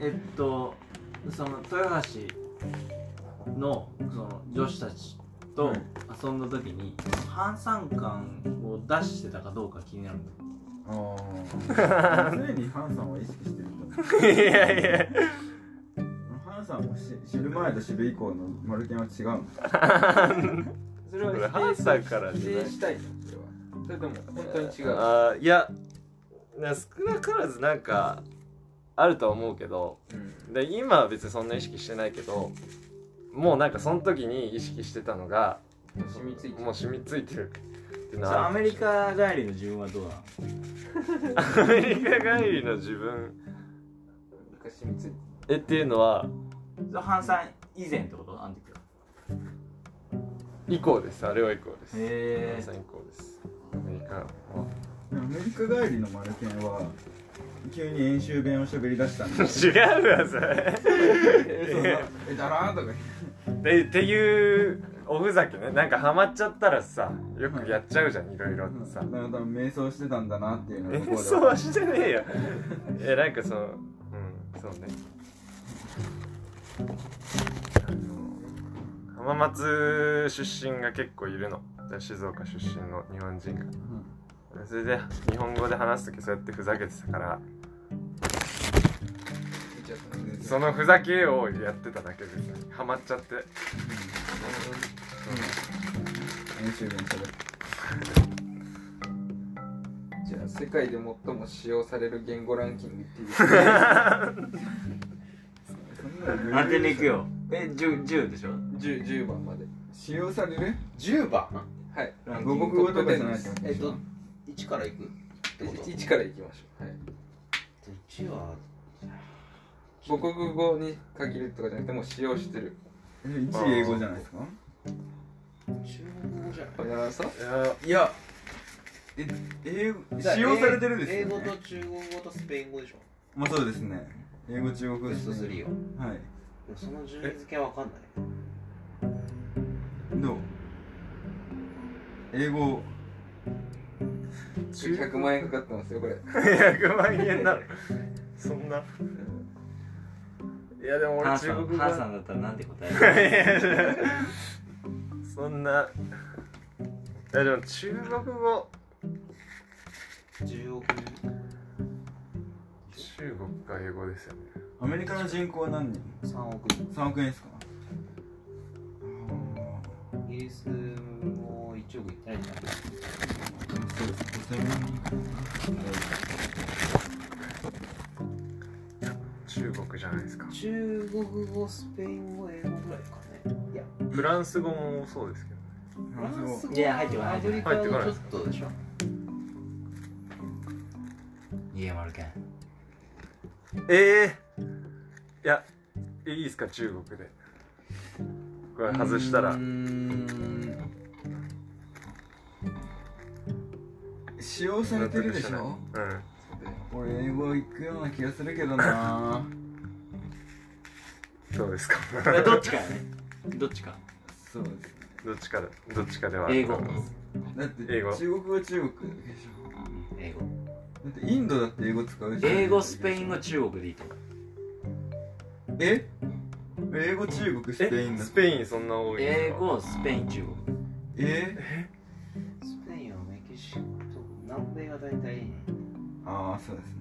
[SPEAKER 4] えっとその豊橋のその女子たちと遊んだ時に反酸感を出してたかどうか気になるんだよ
[SPEAKER 1] ああ *laughs* 常にハンさんは意識してると思う
[SPEAKER 2] いやいや
[SPEAKER 1] ハンさんもし知る前と知る以降のマルケンは違うの
[SPEAKER 3] それは
[SPEAKER 2] こ
[SPEAKER 3] 否
[SPEAKER 2] れ
[SPEAKER 3] 定
[SPEAKER 2] ハンさんから
[SPEAKER 3] 否
[SPEAKER 2] じゃない
[SPEAKER 3] 定したいのそれはそれとも本当に違う
[SPEAKER 2] あーいやな少なからずなんかあるとは思うけど
[SPEAKER 3] うん
[SPEAKER 2] で今は別にそんな意識してないけどもうなんかその時に意識してたのが
[SPEAKER 3] 染みついてる
[SPEAKER 2] もう染みついてるっていうの
[SPEAKER 4] それ
[SPEAKER 2] は
[SPEAKER 4] アメリカ帰りの自分はどうなの
[SPEAKER 2] *laughs* アメリカ帰りの自分
[SPEAKER 3] 昔見ついて
[SPEAKER 2] えっていうのは
[SPEAKER 4] それ反酸以前ってことあん時は
[SPEAKER 2] 以降ですあれは以降です
[SPEAKER 4] へ
[SPEAKER 2] 皆
[SPEAKER 4] え
[SPEAKER 2] さん以降ですアメリカは
[SPEAKER 1] アメリカ帰りのマルケンは急に演習弁をしゃべり出したん *laughs* で
[SPEAKER 2] 違うわそれ
[SPEAKER 1] えだらーとか
[SPEAKER 2] でっていうおふざけねなんかハマっちゃったらさよくやっちゃうじゃんいろいろ
[SPEAKER 1] 言って
[SPEAKER 2] さ
[SPEAKER 1] さ、なんか多分瞑想してたんだなっていうのが
[SPEAKER 2] 演
[SPEAKER 1] ここで
[SPEAKER 2] 奏はしてねえよえなんかそのうんそうねあの浜松出身が結構いるの静岡出身の日本人がそれで日本語で話す時そうやってふざけてたから
[SPEAKER 3] ちゃったんで
[SPEAKER 2] そのふざけをやってただけですねハマっちゃって
[SPEAKER 1] 演習弁しゃべる
[SPEAKER 3] じゃあ世界で最も使用される言語ランキングっていう
[SPEAKER 4] 当てに行くよえ10 10でしょ
[SPEAKER 3] 10, 10番まで
[SPEAKER 1] 使用される
[SPEAKER 5] 10番
[SPEAKER 3] はい
[SPEAKER 1] 母国語とかじゃないってこと
[SPEAKER 5] え
[SPEAKER 1] で
[SPEAKER 5] っ
[SPEAKER 1] しょ
[SPEAKER 5] と1からいくってこと
[SPEAKER 3] 1からいきましょう、はい、
[SPEAKER 5] 1は
[SPEAKER 3] 母国語に限るとかじゃなくてもう使用してる
[SPEAKER 1] え1位英語じゃないですか
[SPEAKER 5] 中国語じゃない
[SPEAKER 3] あやらさ
[SPEAKER 2] いや
[SPEAKER 1] いやえ英語
[SPEAKER 5] じゃあ
[SPEAKER 1] 使用されてるんです
[SPEAKER 5] 英
[SPEAKER 1] よ、ね、
[SPEAKER 5] 語と中国語とスペイン語でしょ
[SPEAKER 1] まあそうですね英語中国語
[SPEAKER 5] ベ
[SPEAKER 1] で
[SPEAKER 5] ス
[SPEAKER 1] す
[SPEAKER 5] ト
[SPEAKER 1] ね
[SPEAKER 5] 3を
[SPEAKER 1] はい
[SPEAKER 5] でもその順位付けは分かんない
[SPEAKER 1] どう英語
[SPEAKER 3] 100万円かかってますよこれ
[SPEAKER 2] 100万円なのそんないやでも俺
[SPEAKER 4] ハン
[SPEAKER 2] 中
[SPEAKER 4] さ
[SPEAKER 2] 国
[SPEAKER 4] ん
[SPEAKER 2] 語
[SPEAKER 4] ハンさんだったらなんて答える
[SPEAKER 2] そんな。いやでも中国語。
[SPEAKER 5] 10億
[SPEAKER 2] 中国か英語ですよね。
[SPEAKER 1] アメリカの人口は何人
[SPEAKER 5] 人3億
[SPEAKER 1] 3億円ですか
[SPEAKER 5] 人イギリスも1億いってないんじゃない
[SPEAKER 1] そうです5000万人
[SPEAKER 2] 中国じゃないですか。
[SPEAKER 5] 中国語スペイン語英語ぐらいかねいや
[SPEAKER 2] フランス語もそうですけどね。
[SPEAKER 1] フランス語
[SPEAKER 5] 語
[SPEAKER 4] いや入ってこない
[SPEAKER 5] アフリカのちょっとでしょ
[SPEAKER 4] 家丸けん
[SPEAKER 2] ええいやいいですか中国でこれ外したら
[SPEAKER 1] うーん使用されてるでしょ
[SPEAKER 2] うん
[SPEAKER 1] 俺英語行くような気がするけどな
[SPEAKER 2] ど
[SPEAKER 1] *laughs*
[SPEAKER 2] うですか
[SPEAKER 4] えどっちかやねどっちか
[SPEAKER 1] そうですね
[SPEAKER 2] どっちかでどっちかでは
[SPEAKER 4] 英語
[SPEAKER 1] だって
[SPEAKER 2] 英語
[SPEAKER 1] 中国は中国でしょ
[SPEAKER 4] 英語
[SPEAKER 1] だってインドだって英語使うでしょ
[SPEAKER 4] 英語スペイン語中国でいいと思う
[SPEAKER 1] え英語中国スペイン
[SPEAKER 2] え
[SPEAKER 1] だ
[SPEAKER 2] スペインそんな多いんですか
[SPEAKER 4] 英語スペイン中国
[SPEAKER 1] え
[SPEAKER 5] スペインはメキシコと南米が大体
[SPEAKER 1] ああそうです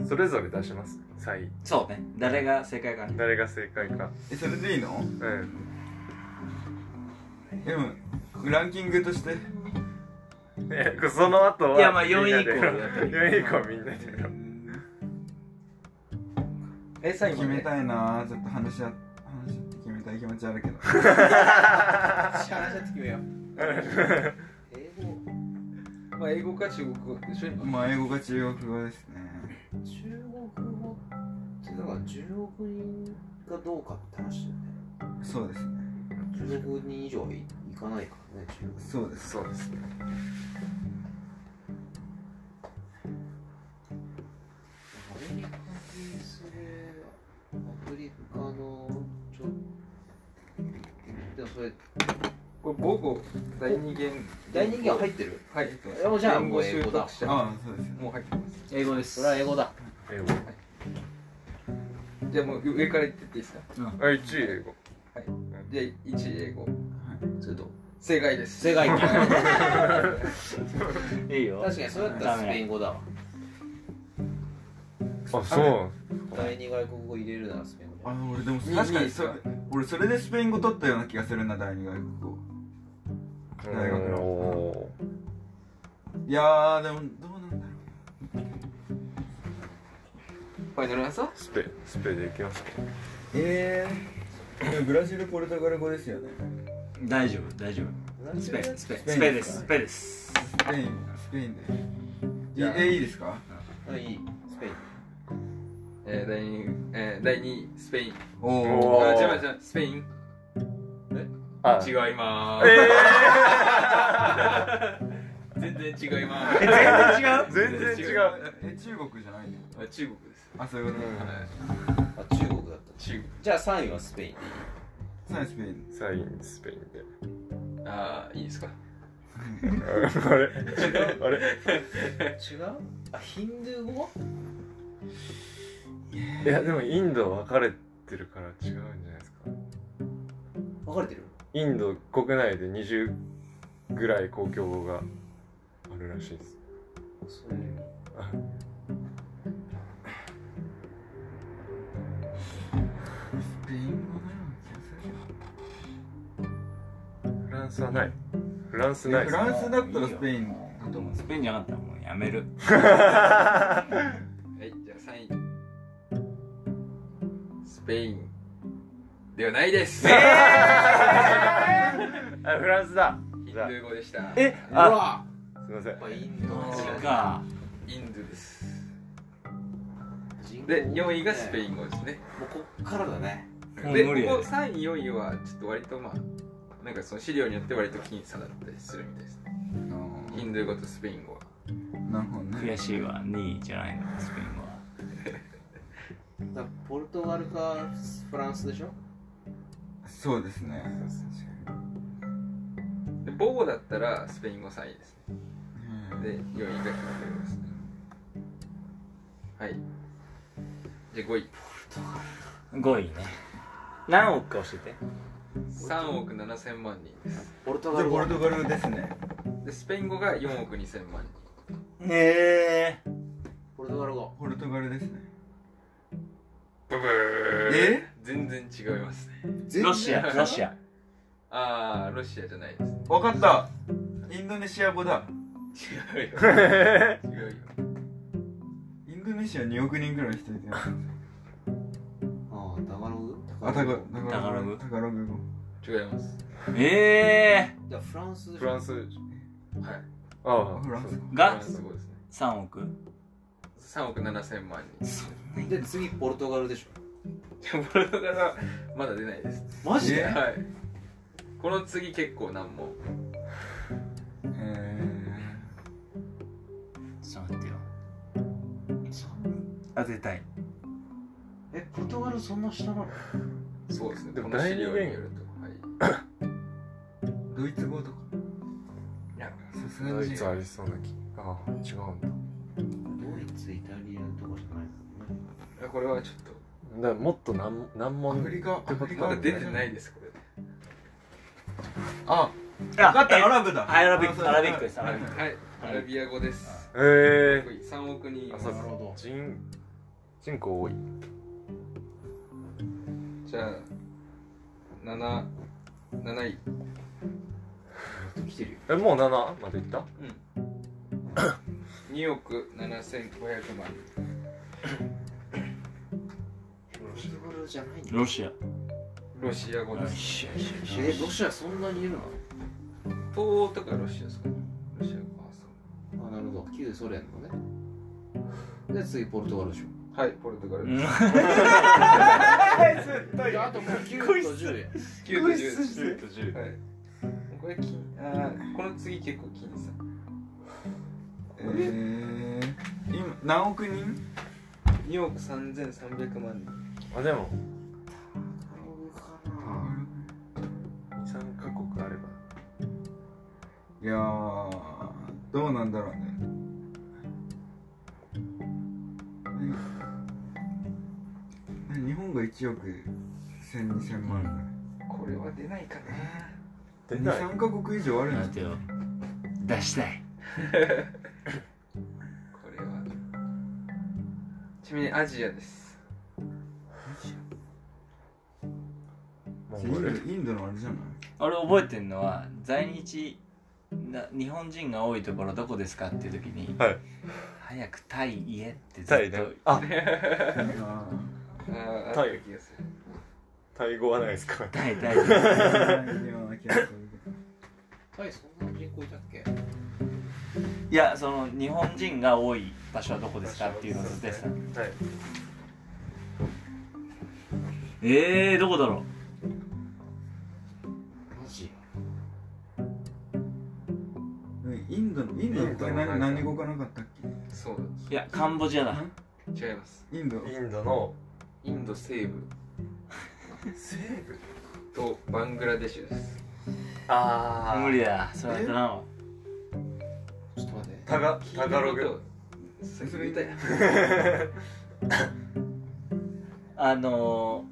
[SPEAKER 1] ね
[SPEAKER 2] それぞれ出します最
[SPEAKER 4] そうね誰が正解かね
[SPEAKER 2] 誰が正解か
[SPEAKER 1] えそれでいいの
[SPEAKER 2] うん
[SPEAKER 1] でもランキングとして
[SPEAKER 2] え *laughs* その後はい
[SPEAKER 4] やまあ4位以降
[SPEAKER 2] みんなで
[SPEAKER 4] やってみる
[SPEAKER 2] 4位以降みんなで
[SPEAKER 1] えさっき決めたいなちょっと話し合っ話し合って決めたい気持ちあるけど
[SPEAKER 3] 話し合って決めよ
[SPEAKER 5] 英語
[SPEAKER 3] う。まあ、英語か中国語でしょ、今。
[SPEAKER 1] まあ英語が中国語ですね
[SPEAKER 5] 中国語ってだから10億人がどうかって話だよね
[SPEAKER 1] そうですね
[SPEAKER 5] 10億人以上はいいかないからね中国
[SPEAKER 1] そうです
[SPEAKER 2] そうですね
[SPEAKER 5] アメリカイギリスでアフリカのちょでもそれ
[SPEAKER 3] これ、母語、第二言。
[SPEAKER 5] 大人気は入ってる
[SPEAKER 3] はい。
[SPEAKER 5] えもうじゃあ
[SPEAKER 3] 言
[SPEAKER 5] も
[SPEAKER 3] 語
[SPEAKER 5] う英
[SPEAKER 3] 習
[SPEAKER 5] 語だ
[SPEAKER 3] 得者。も
[SPEAKER 1] ああそうですね
[SPEAKER 3] う入ってます。
[SPEAKER 4] 英語です
[SPEAKER 5] それは英語だ
[SPEAKER 2] 英語
[SPEAKER 3] じゃあもう上から言ってっていいですか
[SPEAKER 2] あ1位英語
[SPEAKER 3] じゃあ1位英語。それと、正解です。
[SPEAKER 5] 正 *laughs* 解確
[SPEAKER 4] いいよ
[SPEAKER 5] かにそれだったらスペイン語だわ
[SPEAKER 2] あそう
[SPEAKER 5] 第二外国語入れるならスペイン語だ
[SPEAKER 1] あ俺でも
[SPEAKER 3] に
[SPEAKER 1] 確か
[SPEAKER 3] に
[SPEAKER 1] にそれ俺それでスペイン語取ったような気がするな第二外国語大学の
[SPEAKER 2] お
[SPEAKER 1] いやーでもどうなんだろ
[SPEAKER 3] ファイナルアンサー
[SPEAKER 2] ースペスペでいきますか
[SPEAKER 1] うええー、ブラジルポルトガル語ですよね
[SPEAKER 4] 大丈夫大丈夫スペインスペインスペインですスペインです
[SPEAKER 1] スペインスペインで
[SPEAKER 3] じゃあ
[SPEAKER 1] えいいですか
[SPEAKER 5] あいいスペイン
[SPEAKER 3] えー、第2、えー、第二位、スペイン。
[SPEAKER 1] お
[SPEAKER 2] お
[SPEAKER 1] お
[SPEAKER 2] ー
[SPEAKER 3] あ、違う違う、スペイン。
[SPEAKER 2] あ
[SPEAKER 3] 違
[SPEAKER 2] う
[SPEAKER 3] いまーす。 *laughs* 全然違いま
[SPEAKER 4] え
[SPEAKER 3] ー
[SPEAKER 4] 全然違う
[SPEAKER 2] 全然違う
[SPEAKER 1] え中国じゃないの
[SPEAKER 3] す。あ中国です。
[SPEAKER 1] あそういうこ
[SPEAKER 3] はい
[SPEAKER 5] あ中国だった
[SPEAKER 3] 中
[SPEAKER 5] じゃあ3位はスペイン
[SPEAKER 1] とサイスペイン
[SPEAKER 2] サインスペインで
[SPEAKER 3] 国。ああ、いいですか。
[SPEAKER 2] あれ *laughs* あれ
[SPEAKER 5] 違うあヒンドゥー語
[SPEAKER 2] *laughs* いやでもインド分かれてるから違うんじゃないですか
[SPEAKER 5] 分かれてる
[SPEAKER 2] インド国内で20ぐらい公共語があるらしいです
[SPEAKER 5] そういう
[SPEAKER 2] あ
[SPEAKER 1] スペイン語のような気がする
[SPEAKER 2] フランスはないフランス
[SPEAKER 1] フ
[SPEAKER 2] ないです
[SPEAKER 1] ランスだったらスペインだと思うんです
[SPEAKER 4] スペインじゃなかったらもうやめる
[SPEAKER 3] はい、じゃあ三位。スペイン。ではないです。
[SPEAKER 2] あフランスだ
[SPEAKER 3] ヒンドゥー語でした。
[SPEAKER 4] え
[SPEAKER 2] あすいません
[SPEAKER 5] やっぱインド
[SPEAKER 4] そ
[SPEAKER 5] の
[SPEAKER 4] っか
[SPEAKER 3] インドゥーです。
[SPEAKER 5] 人口
[SPEAKER 3] で、四位がスペイ
[SPEAKER 5] ンも
[SPEAKER 3] ン語ですね。
[SPEAKER 5] うこっからだね
[SPEAKER 4] もう
[SPEAKER 3] で、
[SPEAKER 4] 無理や
[SPEAKER 3] ここ
[SPEAKER 4] で
[SPEAKER 3] 三位、四位は、ちょっと割と、まあ。なんか、その資料によって、割と僅差だったりするみたいですね。
[SPEAKER 1] あ
[SPEAKER 3] インドゥー語とスペイン語は。
[SPEAKER 1] ーなるほどね
[SPEAKER 4] 悔しいわ2位じゃないのスペイン語は
[SPEAKER 5] だからポルトガルかフランスでしょ
[SPEAKER 1] そうですね
[SPEAKER 3] で、母語だったら、スペイン語三位ですね。
[SPEAKER 1] うん
[SPEAKER 3] で、四位がヒンドゥー語ですね。はい。じゃあ、五位。
[SPEAKER 4] 5位ね何億か教えて
[SPEAKER 3] 3億7千万人です
[SPEAKER 5] ポルト
[SPEAKER 1] じ
[SPEAKER 5] ガ
[SPEAKER 1] ゃあ
[SPEAKER 5] ル
[SPEAKER 1] ポ
[SPEAKER 5] 語
[SPEAKER 1] ルトガルですね
[SPEAKER 3] でスペイン語が4億2千万
[SPEAKER 4] ええ
[SPEAKER 5] ポルトガル語
[SPEAKER 1] ポルトガルですね
[SPEAKER 3] 人
[SPEAKER 1] え
[SPEAKER 3] 全然違いますね
[SPEAKER 4] ロシアロシア
[SPEAKER 3] ああロシアじゃない
[SPEAKER 4] *laughs*
[SPEAKER 3] です
[SPEAKER 1] わかったインドネシア語だ
[SPEAKER 3] 違うよ違うよ
[SPEAKER 1] インドネシア2億人ぐらい人いて
[SPEAKER 5] ああダガログ
[SPEAKER 1] あタガ
[SPEAKER 4] タガログ
[SPEAKER 1] タガログ語
[SPEAKER 3] 違います
[SPEAKER 4] ええ
[SPEAKER 5] じゃあフランスでし
[SPEAKER 2] フ
[SPEAKER 5] ょ
[SPEAKER 2] ランス
[SPEAKER 3] はい
[SPEAKER 2] ああ
[SPEAKER 1] フランス
[SPEAKER 4] が
[SPEAKER 3] すごいですね
[SPEAKER 4] 3億
[SPEAKER 3] 3億7千万人
[SPEAKER 5] で次ポルトガルでしょ
[SPEAKER 3] ポルトガルはまだ出ないです
[SPEAKER 5] マジで
[SPEAKER 3] はいこの次結構難問
[SPEAKER 4] ちょっと待ってよ当てたい
[SPEAKER 5] えポルトガルそんな下なの
[SPEAKER 3] そうですね
[SPEAKER 2] でも
[SPEAKER 3] この資料
[SPEAKER 2] 代理言
[SPEAKER 3] によるとはい
[SPEAKER 1] ドイツ語とか
[SPEAKER 3] いや
[SPEAKER 1] さすが
[SPEAKER 2] ド
[SPEAKER 1] に
[SPEAKER 2] イツありそうな気ああ違うんだ
[SPEAKER 5] ドイツイタリアとかじゃない
[SPEAKER 3] いやこれはちょっと
[SPEAKER 2] だからもっと難難
[SPEAKER 1] ア
[SPEAKER 2] 問
[SPEAKER 1] フリカアフリカ
[SPEAKER 3] まだ出てないですこれ
[SPEAKER 1] あ
[SPEAKER 4] あ
[SPEAKER 1] 分かったアラブだ
[SPEAKER 4] アラビックアラビックですアラビック
[SPEAKER 3] はいアラビア語です
[SPEAKER 2] え
[SPEAKER 3] 3億人い
[SPEAKER 2] え
[SPEAKER 3] ます
[SPEAKER 2] そっか人人口多い
[SPEAKER 3] じゃあ7 7位
[SPEAKER 5] 来てるよ
[SPEAKER 2] えもう7までいった
[SPEAKER 3] 2億7500万
[SPEAKER 5] ポルトガルじゃないんだ
[SPEAKER 4] ロシア
[SPEAKER 3] ロシア語です
[SPEAKER 4] シアシ
[SPEAKER 5] えロシアそんなにいるの
[SPEAKER 3] 東欧とかロシアですかねロシア語あ
[SPEAKER 5] あなるほど旧ソ連のねで次ポルトガルでしょ
[SPEAKER 3] そうはいポルトガル
[SPEAKER 4] うん
[SPEAKER 5] であともう9と10や
[SPEAKER 3] 9と10です
[SPEAKER 2] 10と10
[SPEAKER 3] はいこれ金あーこの次結構金さ
[SPEAKER 1] えー、今何億人
[SPEAKER 3] 2億3300万人
[SPEAKER 2] あでも23カ国あれば
[SPEAKER 1] いやーどうなんだろうねうん日本が1億1200万
[SPEAKER 3] これは出ないかな
[SPEAKER 1] ぐらい23カ国以上あるんじゃな
[SPEAKER 4] 待てよ出したい
[SPEAKER 3] これはちなみにアジアです
[SPEAKER 2] モ
[SPEAKER 1] い
[SPEAKER 2] ンゴル
[SPEAKER 1] インドのあれじゃない
[SPEAKER 4] 俺覚えてるのは在日な日本人が多いところどこですかっていう時に、
[SPEAKER 2] はい
[SPEAKER 4] 早くタイ言えってず
[SPEAKER 2] タイ
[SPEAKER 4] っ
[SPEAKER 2] ね
[SPEAKER 4] と
[SPEAKER 2] あ
[SPEAKER 1] *laughs*
[SPEAKER 3] あーあ
[SPEAKER 2] タイ
[SPEAKER 3] った気がする
[SPEAKER 2] タイ語はないですか
[SPEAKER 4] タイタイタイ
[SPEAKER 5] タイそんな人口いたっけ
[SPEAKER 4] いやその日本人が多い場所はどこですかっていうのをずっとやってた
[SPEAKER 2] タイ
[SPEAKER 4] えー、どこだろ
[SPEAKER 5] マジ
[SPEAKER 1] インドのインドって何何語がなかったっ
[SPEAKER 3] そう
[SPEAKER 4] ういやカンボジアだ
[SPEAKER 3] 違います
[SPEAKER 1] けインド
[SPEAKER 2] インドの
[SPEAKER 3] インド
[SPEAKER 2] *laughs*
[SPEAKER 3] 西部西部とバングラデシュです
[SPEAKER 2] あ
[SPEAKER 4] 無理だそれやったな
[SPEAKER 5] ちょっと待って
[SPEAKER 2] タガタガログ
[SPEAKER 3] とそれ言いたい
[SPEAKER 4] あの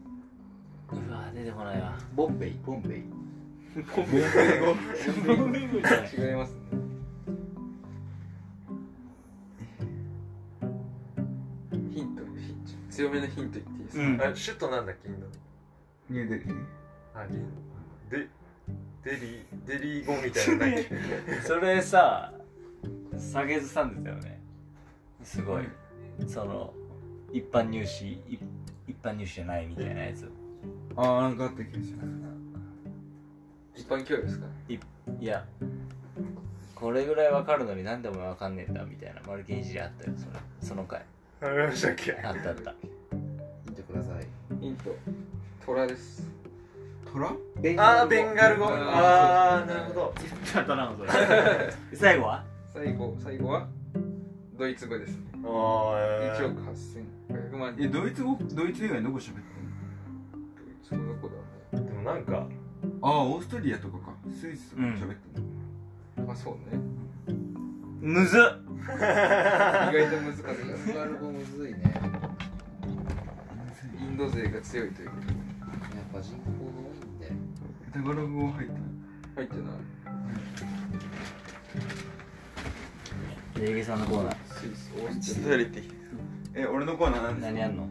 [SPEAKER 4] ー、うわ出てこないわ
[SPEAKER 5] ボンベイボンベイ
[SPEAKER 3] 違いますねヒントヒント強めのヒント言っていいですか、
[SPEAKER 4] うん
[SPEAKER 2] あ首都なんだっけインドの
[SPEAKER 1] ニューデリー
[SPEAKER 2] あリデデリデリ語みたいなのないっけ
[SPEAKER 4] それさ下げずさんですよねすごいその一般入試い一般入試じゃないみたいなやつ
[SPEAKER 1] ああなんかあった気がします
[SPEAKER 3] 一般教養ですか
[SPEAKER 4] いやこれぐらいわかるのに何でもわかんねえんだみたいな丸いじりあったよそれその回
[SPEAKER 2] ありましたっけ
[SPEAKER 4] あったあった
[SPEAKER 5] 見てください
[SPEAKER 3] ヒント虎です
[SPEAKER 1] トラ
[SPEAKER 5] ベン
[SPEAKER 2] あ
[SPEAKER 5] ガ
[SPEAKER 2] ーベンガル語
[SPEAKER 3] あー
[SPEAKER 2] あーなるほど
[SPEAKER 4] 絶対当たらんそれ *laughs* 最後は
[SPEAKER 3] 最後最後はドイツ語ですね
[SPEAKER 2] あ
[SPEAKER 3] 1億8500万
[SPEAKER 1] え
[SPEAKER 3] 人
[SPEAKER 1] ドイツ語ドイツ以外どこ喋ってんの
[SPEAKER 3] ドイツ語どこだ
[SPEAKER 2] でもなんか
[SPEAKER 1] ああオーストリアとかかスイスとか喋ってんの、
[SPEAKER 3] ろうまあそうね
[SPEAKER 4] むずっ
[SPEAKER 3] 意外と難しか *laughs* ったです
[SPEAKER 5] ルガル語むずいねやっ
[SPEAKER 3] インド勢が強いということで
[SPEAKER 5] ぱ人口が多いんで
[SPEAKER 1] タガログ語入ってない
[SPEAKER 3] 入ってない
[SPEAKER 4] レイゲさんのコーナー
[SPEAKER 3] スイスオーストリ
[SPEAKER 1] え俺のコーナーなんです
[SPEAKER 4] 何やんの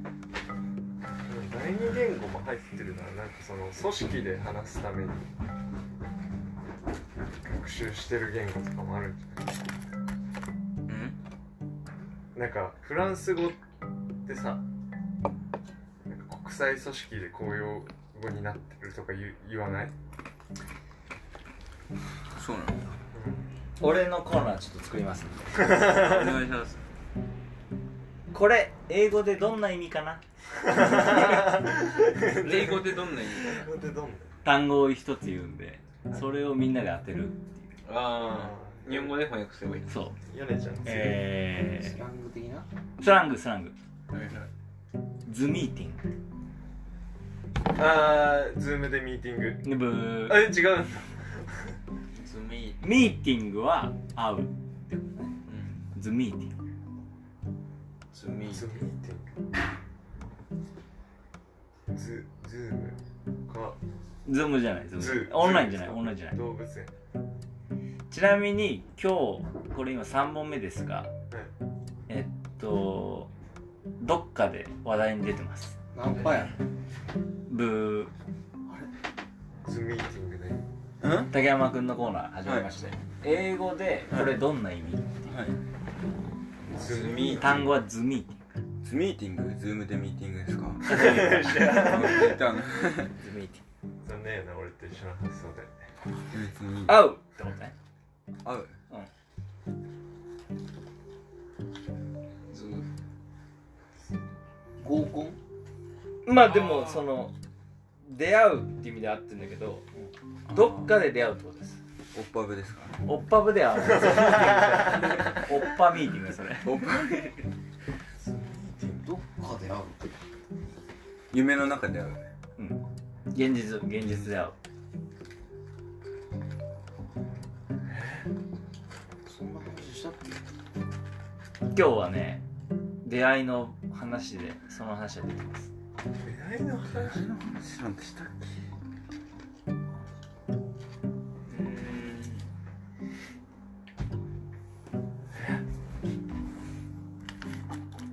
[SPEAKER 2] 第二言語も入ってるななんかその組織で話すために学習してる言語とかもあるんじゃないなんかフランス語ってさなんか国際組織で公用語になってるとか言う言わない
[SPEAKER 1] そうなんだ
[SPEAKER 4] 俺のコーナーちょっと作りますんで
[SPEAKER 3] お願いし *laughs* ます
[SPEAKER 4] これ英語でどんな意味かな
[SPEAKER 3] 英語ってどんな意味
[SPEAKER 4] 単語を一つ言うんでそれをみんなで当てる
[SPEAKER 3] ああ日本語で翻訳すればいい
[SPEAKER 4] そう
[SPEAKER 2] 米ちゃん
[SPEAKER 4] え
[SPEAKER 7] ラング的な
[SPEAKER 4] ー、スラングスラングズミーティン
[SPEAKER 2] あーズームでミーティング
[SPEAKER 4] グブー
[SPEAKER 2] あれ違うんだ
[SPEAKER 3] ズミ
[SPEAKER 4] ミーティングは会う
[SPEAKER 3] うん
[SPEAKER 4] ズミーティング
[SPEAKER 3] ズミ
[SPEAKER 2] ズームミーティングズズームか
[SPEAKER 4] ズームじゃないズ
[SPEAKER 2] ズ
[SPEAKER 4] ーム
[SPEAKER 2] ー
[SPEAKER 4] オンラインじゃないオンラインじゃない
[SPEAKER 2] 動物園
[SPEAKER 4] ちなみに今日これ今3本目ですが、えっとどっかで話題に出てます
[SPEAKER 7] 何パや
[SPEAKER 4] ブ
[SPEAKER 2] ズームミーティングね
[SPEAKER 4] ー竹山くんのコーナー始まりまして、英語でこれどんな意味、
[SPEAKER 2] ズーム
[SPEAKER 3] ミ
[SPEAKER 4] 単語はズミーテ
[SPEAKER 1] ズミーティングズームでミーティングです
[SPEAKER 2] *laughs*
[SPEAKER 1] かあの
[SPEAKER 4] ィングズミーティン
[SPEAKER 2] 残念やな俺と一緒の発想で
[SPEAKER 1] 別に
[SPEAKER 4] グ会うってことね
[SPEAKER 1] 合う
[SPEAKER 3] ズム
[SPEAKER 7] 合コン
[SPEAKER 4] まあでもその出会うっていう意味で合ってるんだけどどっかで出会うってことです
[SPEAKER 1] オッパブですか
[SPEAKER 4] おっぱぶで会 *laughs* うおっぱミーティングそれ
[SPEAKER 1] オッパブ
[SPEAKER 7] どっかで会う
[SPEAKER 1] 夢の中で合う
[SPEAKER 4] うん現実現実で会う
[SPEAKER 7] そんな話したっけ
[SPEAKER 4] 今日はね出会いの話でその話が出てます
[SPEAKER 2] 出会いの話
[SPEAKER 1] 何の話なんてしたっけ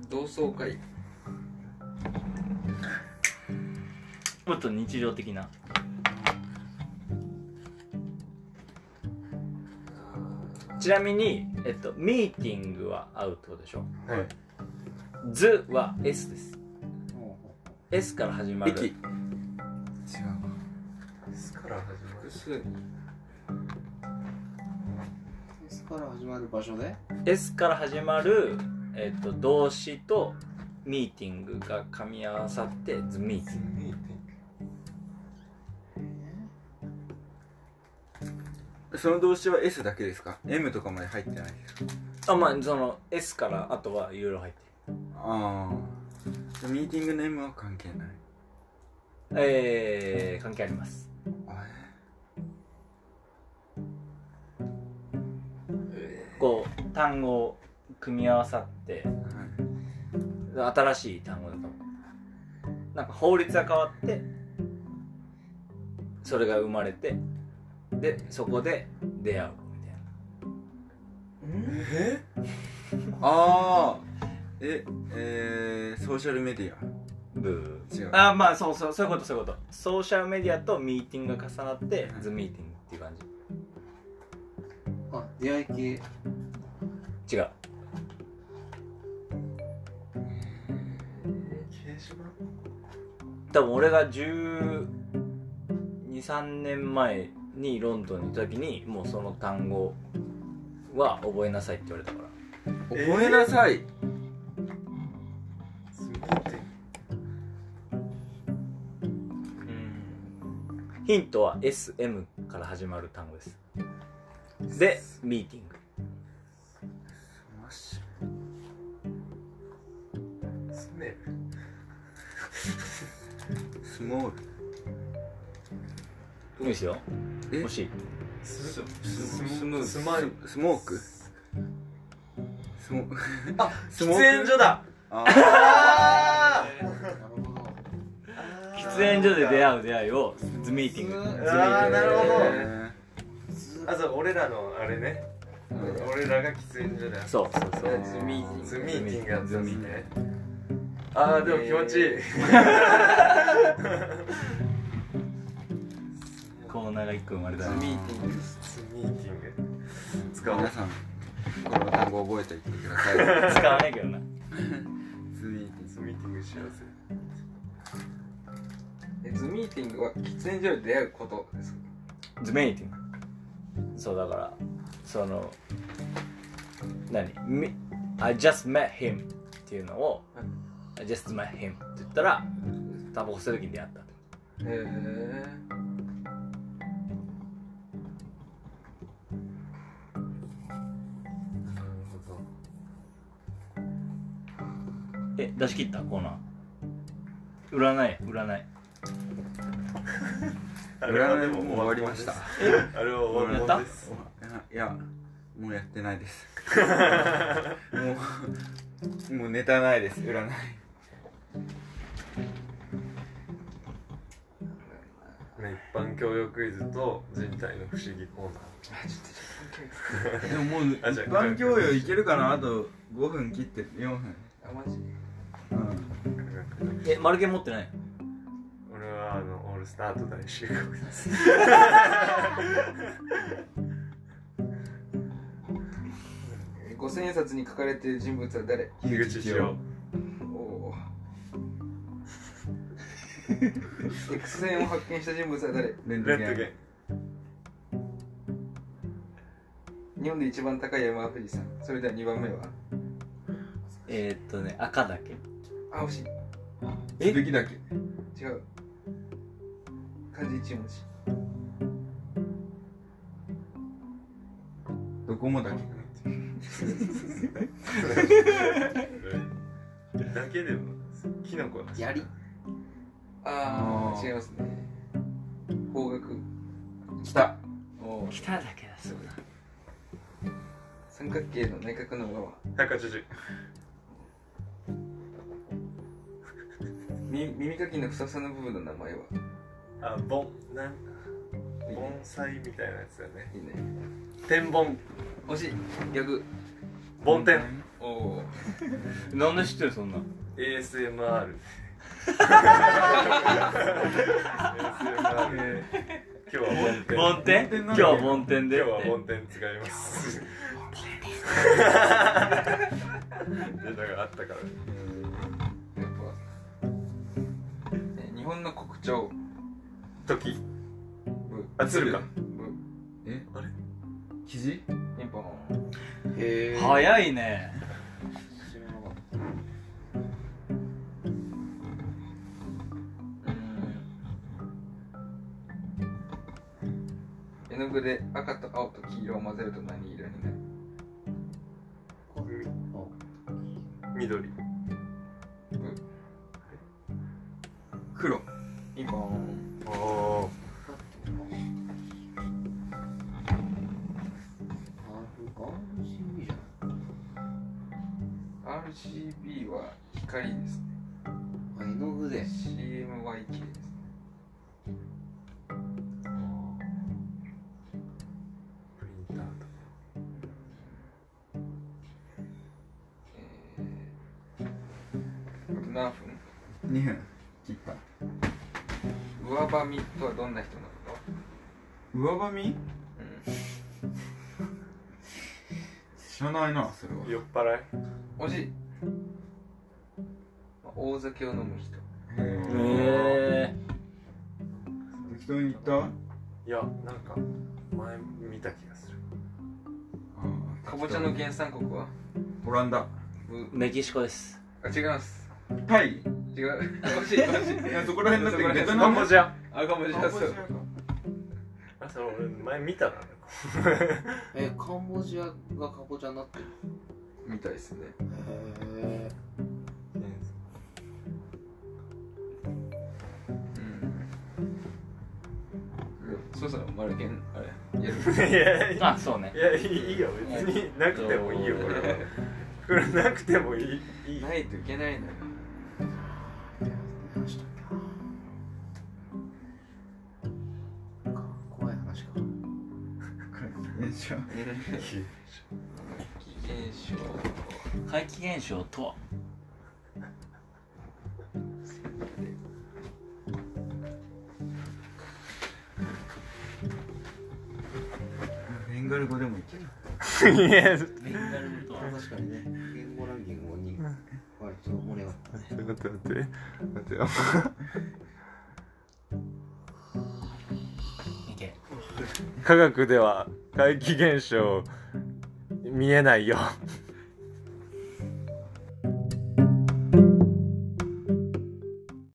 [SPEAKER 3] 同窓会
[SPEAKER 4] もっと日常的なちなみに、えっと、ミーティングは会うってことでしょ
[SPEAKER 2] はい
[SPEAKER 4] 図は S です S から始まる
[SPEAKER 1] 駅違う
[SPEAKER 2] ですから始ま
[SPEAKER 3] 複
[SPEAKER 2] る
[SPEAKER 3] 数
[SPEAKER 7] ですから始まる場所で
[SPEAKER 4] S から始まる、えっと、動詞とミーティングが噛み合わさってズミーティング
[SPEAKER 2] ミーテ
[SPEAKER 1] かその動詞は S だけですか M とかまで入ってないですか
[SPEAKER 4] あまあその S からあとはいろいろ入ってる
[SPEAKER 1] ああミーティングの M は関係ない
[SPEAKER 4] えー、関係あります
[SPEAKER 1] あ
[SPEAKER 4] こう単語を組み合わさって
[SPEAKER 1] えはい
[SPEAKER 4] 新しい単語だと思うなんか法律が変わってそれが生まれてでそこで出会うみたい
[SPEAKER 1] ああええー、ソーシャルメディア
[SPEAKER 4] なブ
[SPEAKER 1] 違う
[SPEAKER 4] ーあまあそうそうそういうことそういうことソーシャルメディアとミーティングが重なってズミーティングっていう感
[SPEAKER 7] あ出会い系
[SPEAKER 4] じ違う
[SPEAKER 2] ィング島
[SPEAKER 4] 多分俺が123年前にロンドンにいた時にもうその単語は覚えなさいって言われたから
[SPEAKER 1] 覚えなさい
[SPEAKER 2] ミーティング
[SPEAKER 4] ヒントは SM から始まる単語です。で、ミーティング。
[SPEAKER 1] マジ
[SPEAKER 2] スネ
[SPEAKER 1] スモール
[SPEAKER 4] いいですよ。
[SPEAKER 1] え
[SPEAKER 4] もし、
[SPEAKER 1] ス
[SPEAKER 2] ススムス
[SPEAKER 1] ス
[SPEAKER 2] マイル
[SPEAKER 1] スモークスモ
[SPEAKER 2] *laughs* あ
[SPEAKER 1] ス
[SPEAKER 2] 喫
[SPEAKER 1] モーク
[SPEAKER 2] 煙所だ
[SPEAKER 1] あー
[SPEAKER 2] あ
[SPEAKER 7] なるほど
[SPEAKER 4] 喫煙所で出
[SPEAKER 2] う
[SPEAKER 4] 会う出会いをズミーティング。
[SPEAKER 7] グ
[SPEAKER 2] あーなるほど
[SPEAKER 1] え
[SPEAKER 2] あそう俺らのあれね俺らが喫煙所だ
[SPEAKER 4] そうそうそう。
[SPEAKER 3] ズミー
[SPEAKER 2] ズミーティングやったんですねああでも気持ちいい
[SPEAKER 4] コーナーが一個生まれた
[SPEAKER 3] ズ。ミーティング
[SPEAKER 2] ズミーティング使
[SPEAKER 1] ー、
[SPEAKER 2] おう
[SPEAKER 1] 皆さんこの単語覚えておいてください
[SPEAKER 4] 使わないけどな。
[SPEAKER 1] ズミーティング
[SPEAKER 2] ズミーティングしようぜ
[SPEAKER 3] えズミーティングは喫煙所で出会うことですか
[SPEAKER 4] ズミーティング。そうだから、その何み I just met him っていうのを、I just met him って言ったらタバコ吸う時に出会ったと
[SPEAKER 3] へえ
[SPEAKER 4] え出し切ったコーナー占い占い
[SPEAKER 2] あれはで
[SPEAKER 1] 占いも
[SPEAKER 2] も
[SPEAKER 1] もう終わりました
[SPEAKER 2] あれは終わり
[SPEAKER 4] や
[SPEAKER 2] ま
[SPEAKER 4] っ
[SPEAKER 2] す
[SPEAKER 1] いやもうやってないです *laughs* もうもうネタないです占い
[SPEAKER 2] ね一般教養クイズと人体の不思議コーナー
[SPEAKER 1] でももう一
[SPEAKER 2] あじゃあ
[SPEAKER 1] 般教養いけるかなあと5分切って4分
[SPEAKER 3] *laughs* あマジ
[SPEAKER 1] うん
[SPEAKER 4] え丸毛持ってない
[SPEAKER 2] 俺はあのオールスターと大集合です
[SPEAKER 3] 五千円札に書かれている人物は誰
[SPEAKER 2] 樋口千代
[SPEAKER 3] お
[SPEAKER 4] *laughs*
[SPEAKER 3] お X 線を発見した人物は誰
[SPEAKER 1] レントゲン
[SPEAKER 2] レントゲン
[SPEAKER 3] 日本で一番高い山は富士山それでは2番目は
[SPEAKER 4] えー、っとね赤だけ
[SPEAKER 3] あ惜し
[SPEAKER 4] え
[SPEAKER 1] 剣だけ
[SPEAKER 3] い違う漢字一文字
[SPEAKER 1] どこもだけ
[SPEAKER 2] だけでもキノコの話
[SPEAKER 5] 槍
[SPEAKER 3] あ
[SPEAKER 1] あ
[SPEAKER 3] あ
[SPEAKER 1] ー
[SPEAKER 3] 違いますね方角
[SPEAKER 1] 北おう
[SPEAKER 4] 北だけだそうだ
[SPEAKER 3] 三角形の内角の和は
[SPEAKER 2] 180
[SPEAKER 3] み耳かきのふさふさの部分の名前は
[SPEAKER 2] あボンなん盆栽みたいなやつだよね
[SPEAKER 3] いいね
[SPEAKER 2] 天盆
[SPEAKER 3] 惜しい逆
[SPEAKER 2] 盆天
[SPEAKER 3] おお
[SPEAKER 4] なんで知ってるそんな
[SPEAKER 2] ASMR ASMR 今日は盆天
[SPEAKER 4] 梵天今日は梵天で
[SPEAKER 2] 今日は梵天使います。データがあったから。
[SPEAKER 3] やっぱえ日本の国鳥
[SPEAKER 2] 時。
[SPEAKER 3] ブ
[SPEAKER 2] あ、鶴か。
[SPEAKER 3] ブ
[SPEAKER 1] え
[SPEAKER 2] あれ
[SPEAKER 1] キジ
[SPEAKER 3] ピンポン
[SPEAKER 5] へえ
[SPEAKER 4] 早いね
[SPEAKER 3] 知らなかったうん絵の具で赤と青と黄色を混ぜると何色になる
[SPEAKER 2] 緑。
[SPEAKER 1] 黒
[SPEAKER 3] ピンポン
[SPEAKER 2] おお。
[SPEAKER 5] RGB じゃ
[SPEAKER 3] RGB は光ですね
[SPEAKER 5] ないあ絵の具で
[SPEAKER 3] CMYK ですね
[SPEAKER 2] プリンターとか。
[SPEAKER 3] えーあと何分
[SPEAKER 1] 2分切った
[SPEAKER 3] 上ばみとはどんな人なのか
[SPEAKER 1] 上髪
[SPEAKER 3] う
[SPEAKER 1] 知らないなそれは
[SPEAKER 2] 酔っ払い。
[SPEAKER 3] ん惜しい大酒を飲む人
[SPEAKER 4] へえ
[SPEAKER 1] 適当に言ったあ
[SPEAKER 2] いや、なんか。前見た気がする。
[SPEAKER 1] あ
[SPEAKER 3] かぼちゃの原産国は
[SPEAKER 1] オランダ
[SPEAKER 3] ブ
[SPEAKER 4] メキシコです
[SPEAKER 3] あ違います
[SPEAKER 1] タイい
[SPEAKER 3] 違う。惜し *laughs* い、惜しい。
[SPEAKER 1] やそこら辺だってベトナ
[SPEAKER 2] カン
[SPEAKER 1] ム
[SPEAKER 2] ボジア。
[SPEAKER 3] あ、カンボジア、そう。
[SPEAKER 2] あ、それ俺前見たな。
[SPEAKER 5] えカンボジアがカボチャになってる
[SPEAKER 3] みたいですね。
[SPEAKER 5] へえ
[SPEAKER 3] うん。そうそう、マルケン、あれ、やる。
[SPEAKER 2] いやいや、
[SPEAKER 4] あそうね
[SPEAKER 2] いや、いいいいよ。別になくてもいいよ、これは。これなくてもいい。いい。
[SPEAKER 3] ないといけないのよ。
[SPEAKER 5] 話したっけななんか怖い話
[SPEAKER 3] *laughs*
[SPEAKER 5] か
[SPEAKER 1] じゃ
[SPEAKER 3] 危険症。
[SPEAKER 4] 怪奇現象とは
[SPEAKER 1] ベンガル語でもいける
[SPEAKER 4] ベンガル語とは
[SPEAKER 5] 確かにね言語ランキングに割と盛り上がったね
[SPEAKER 2] 待って待って待って
[SPEAKER 4] いけ
[SPEAKER 2] 科学では怪奇現象見えないよ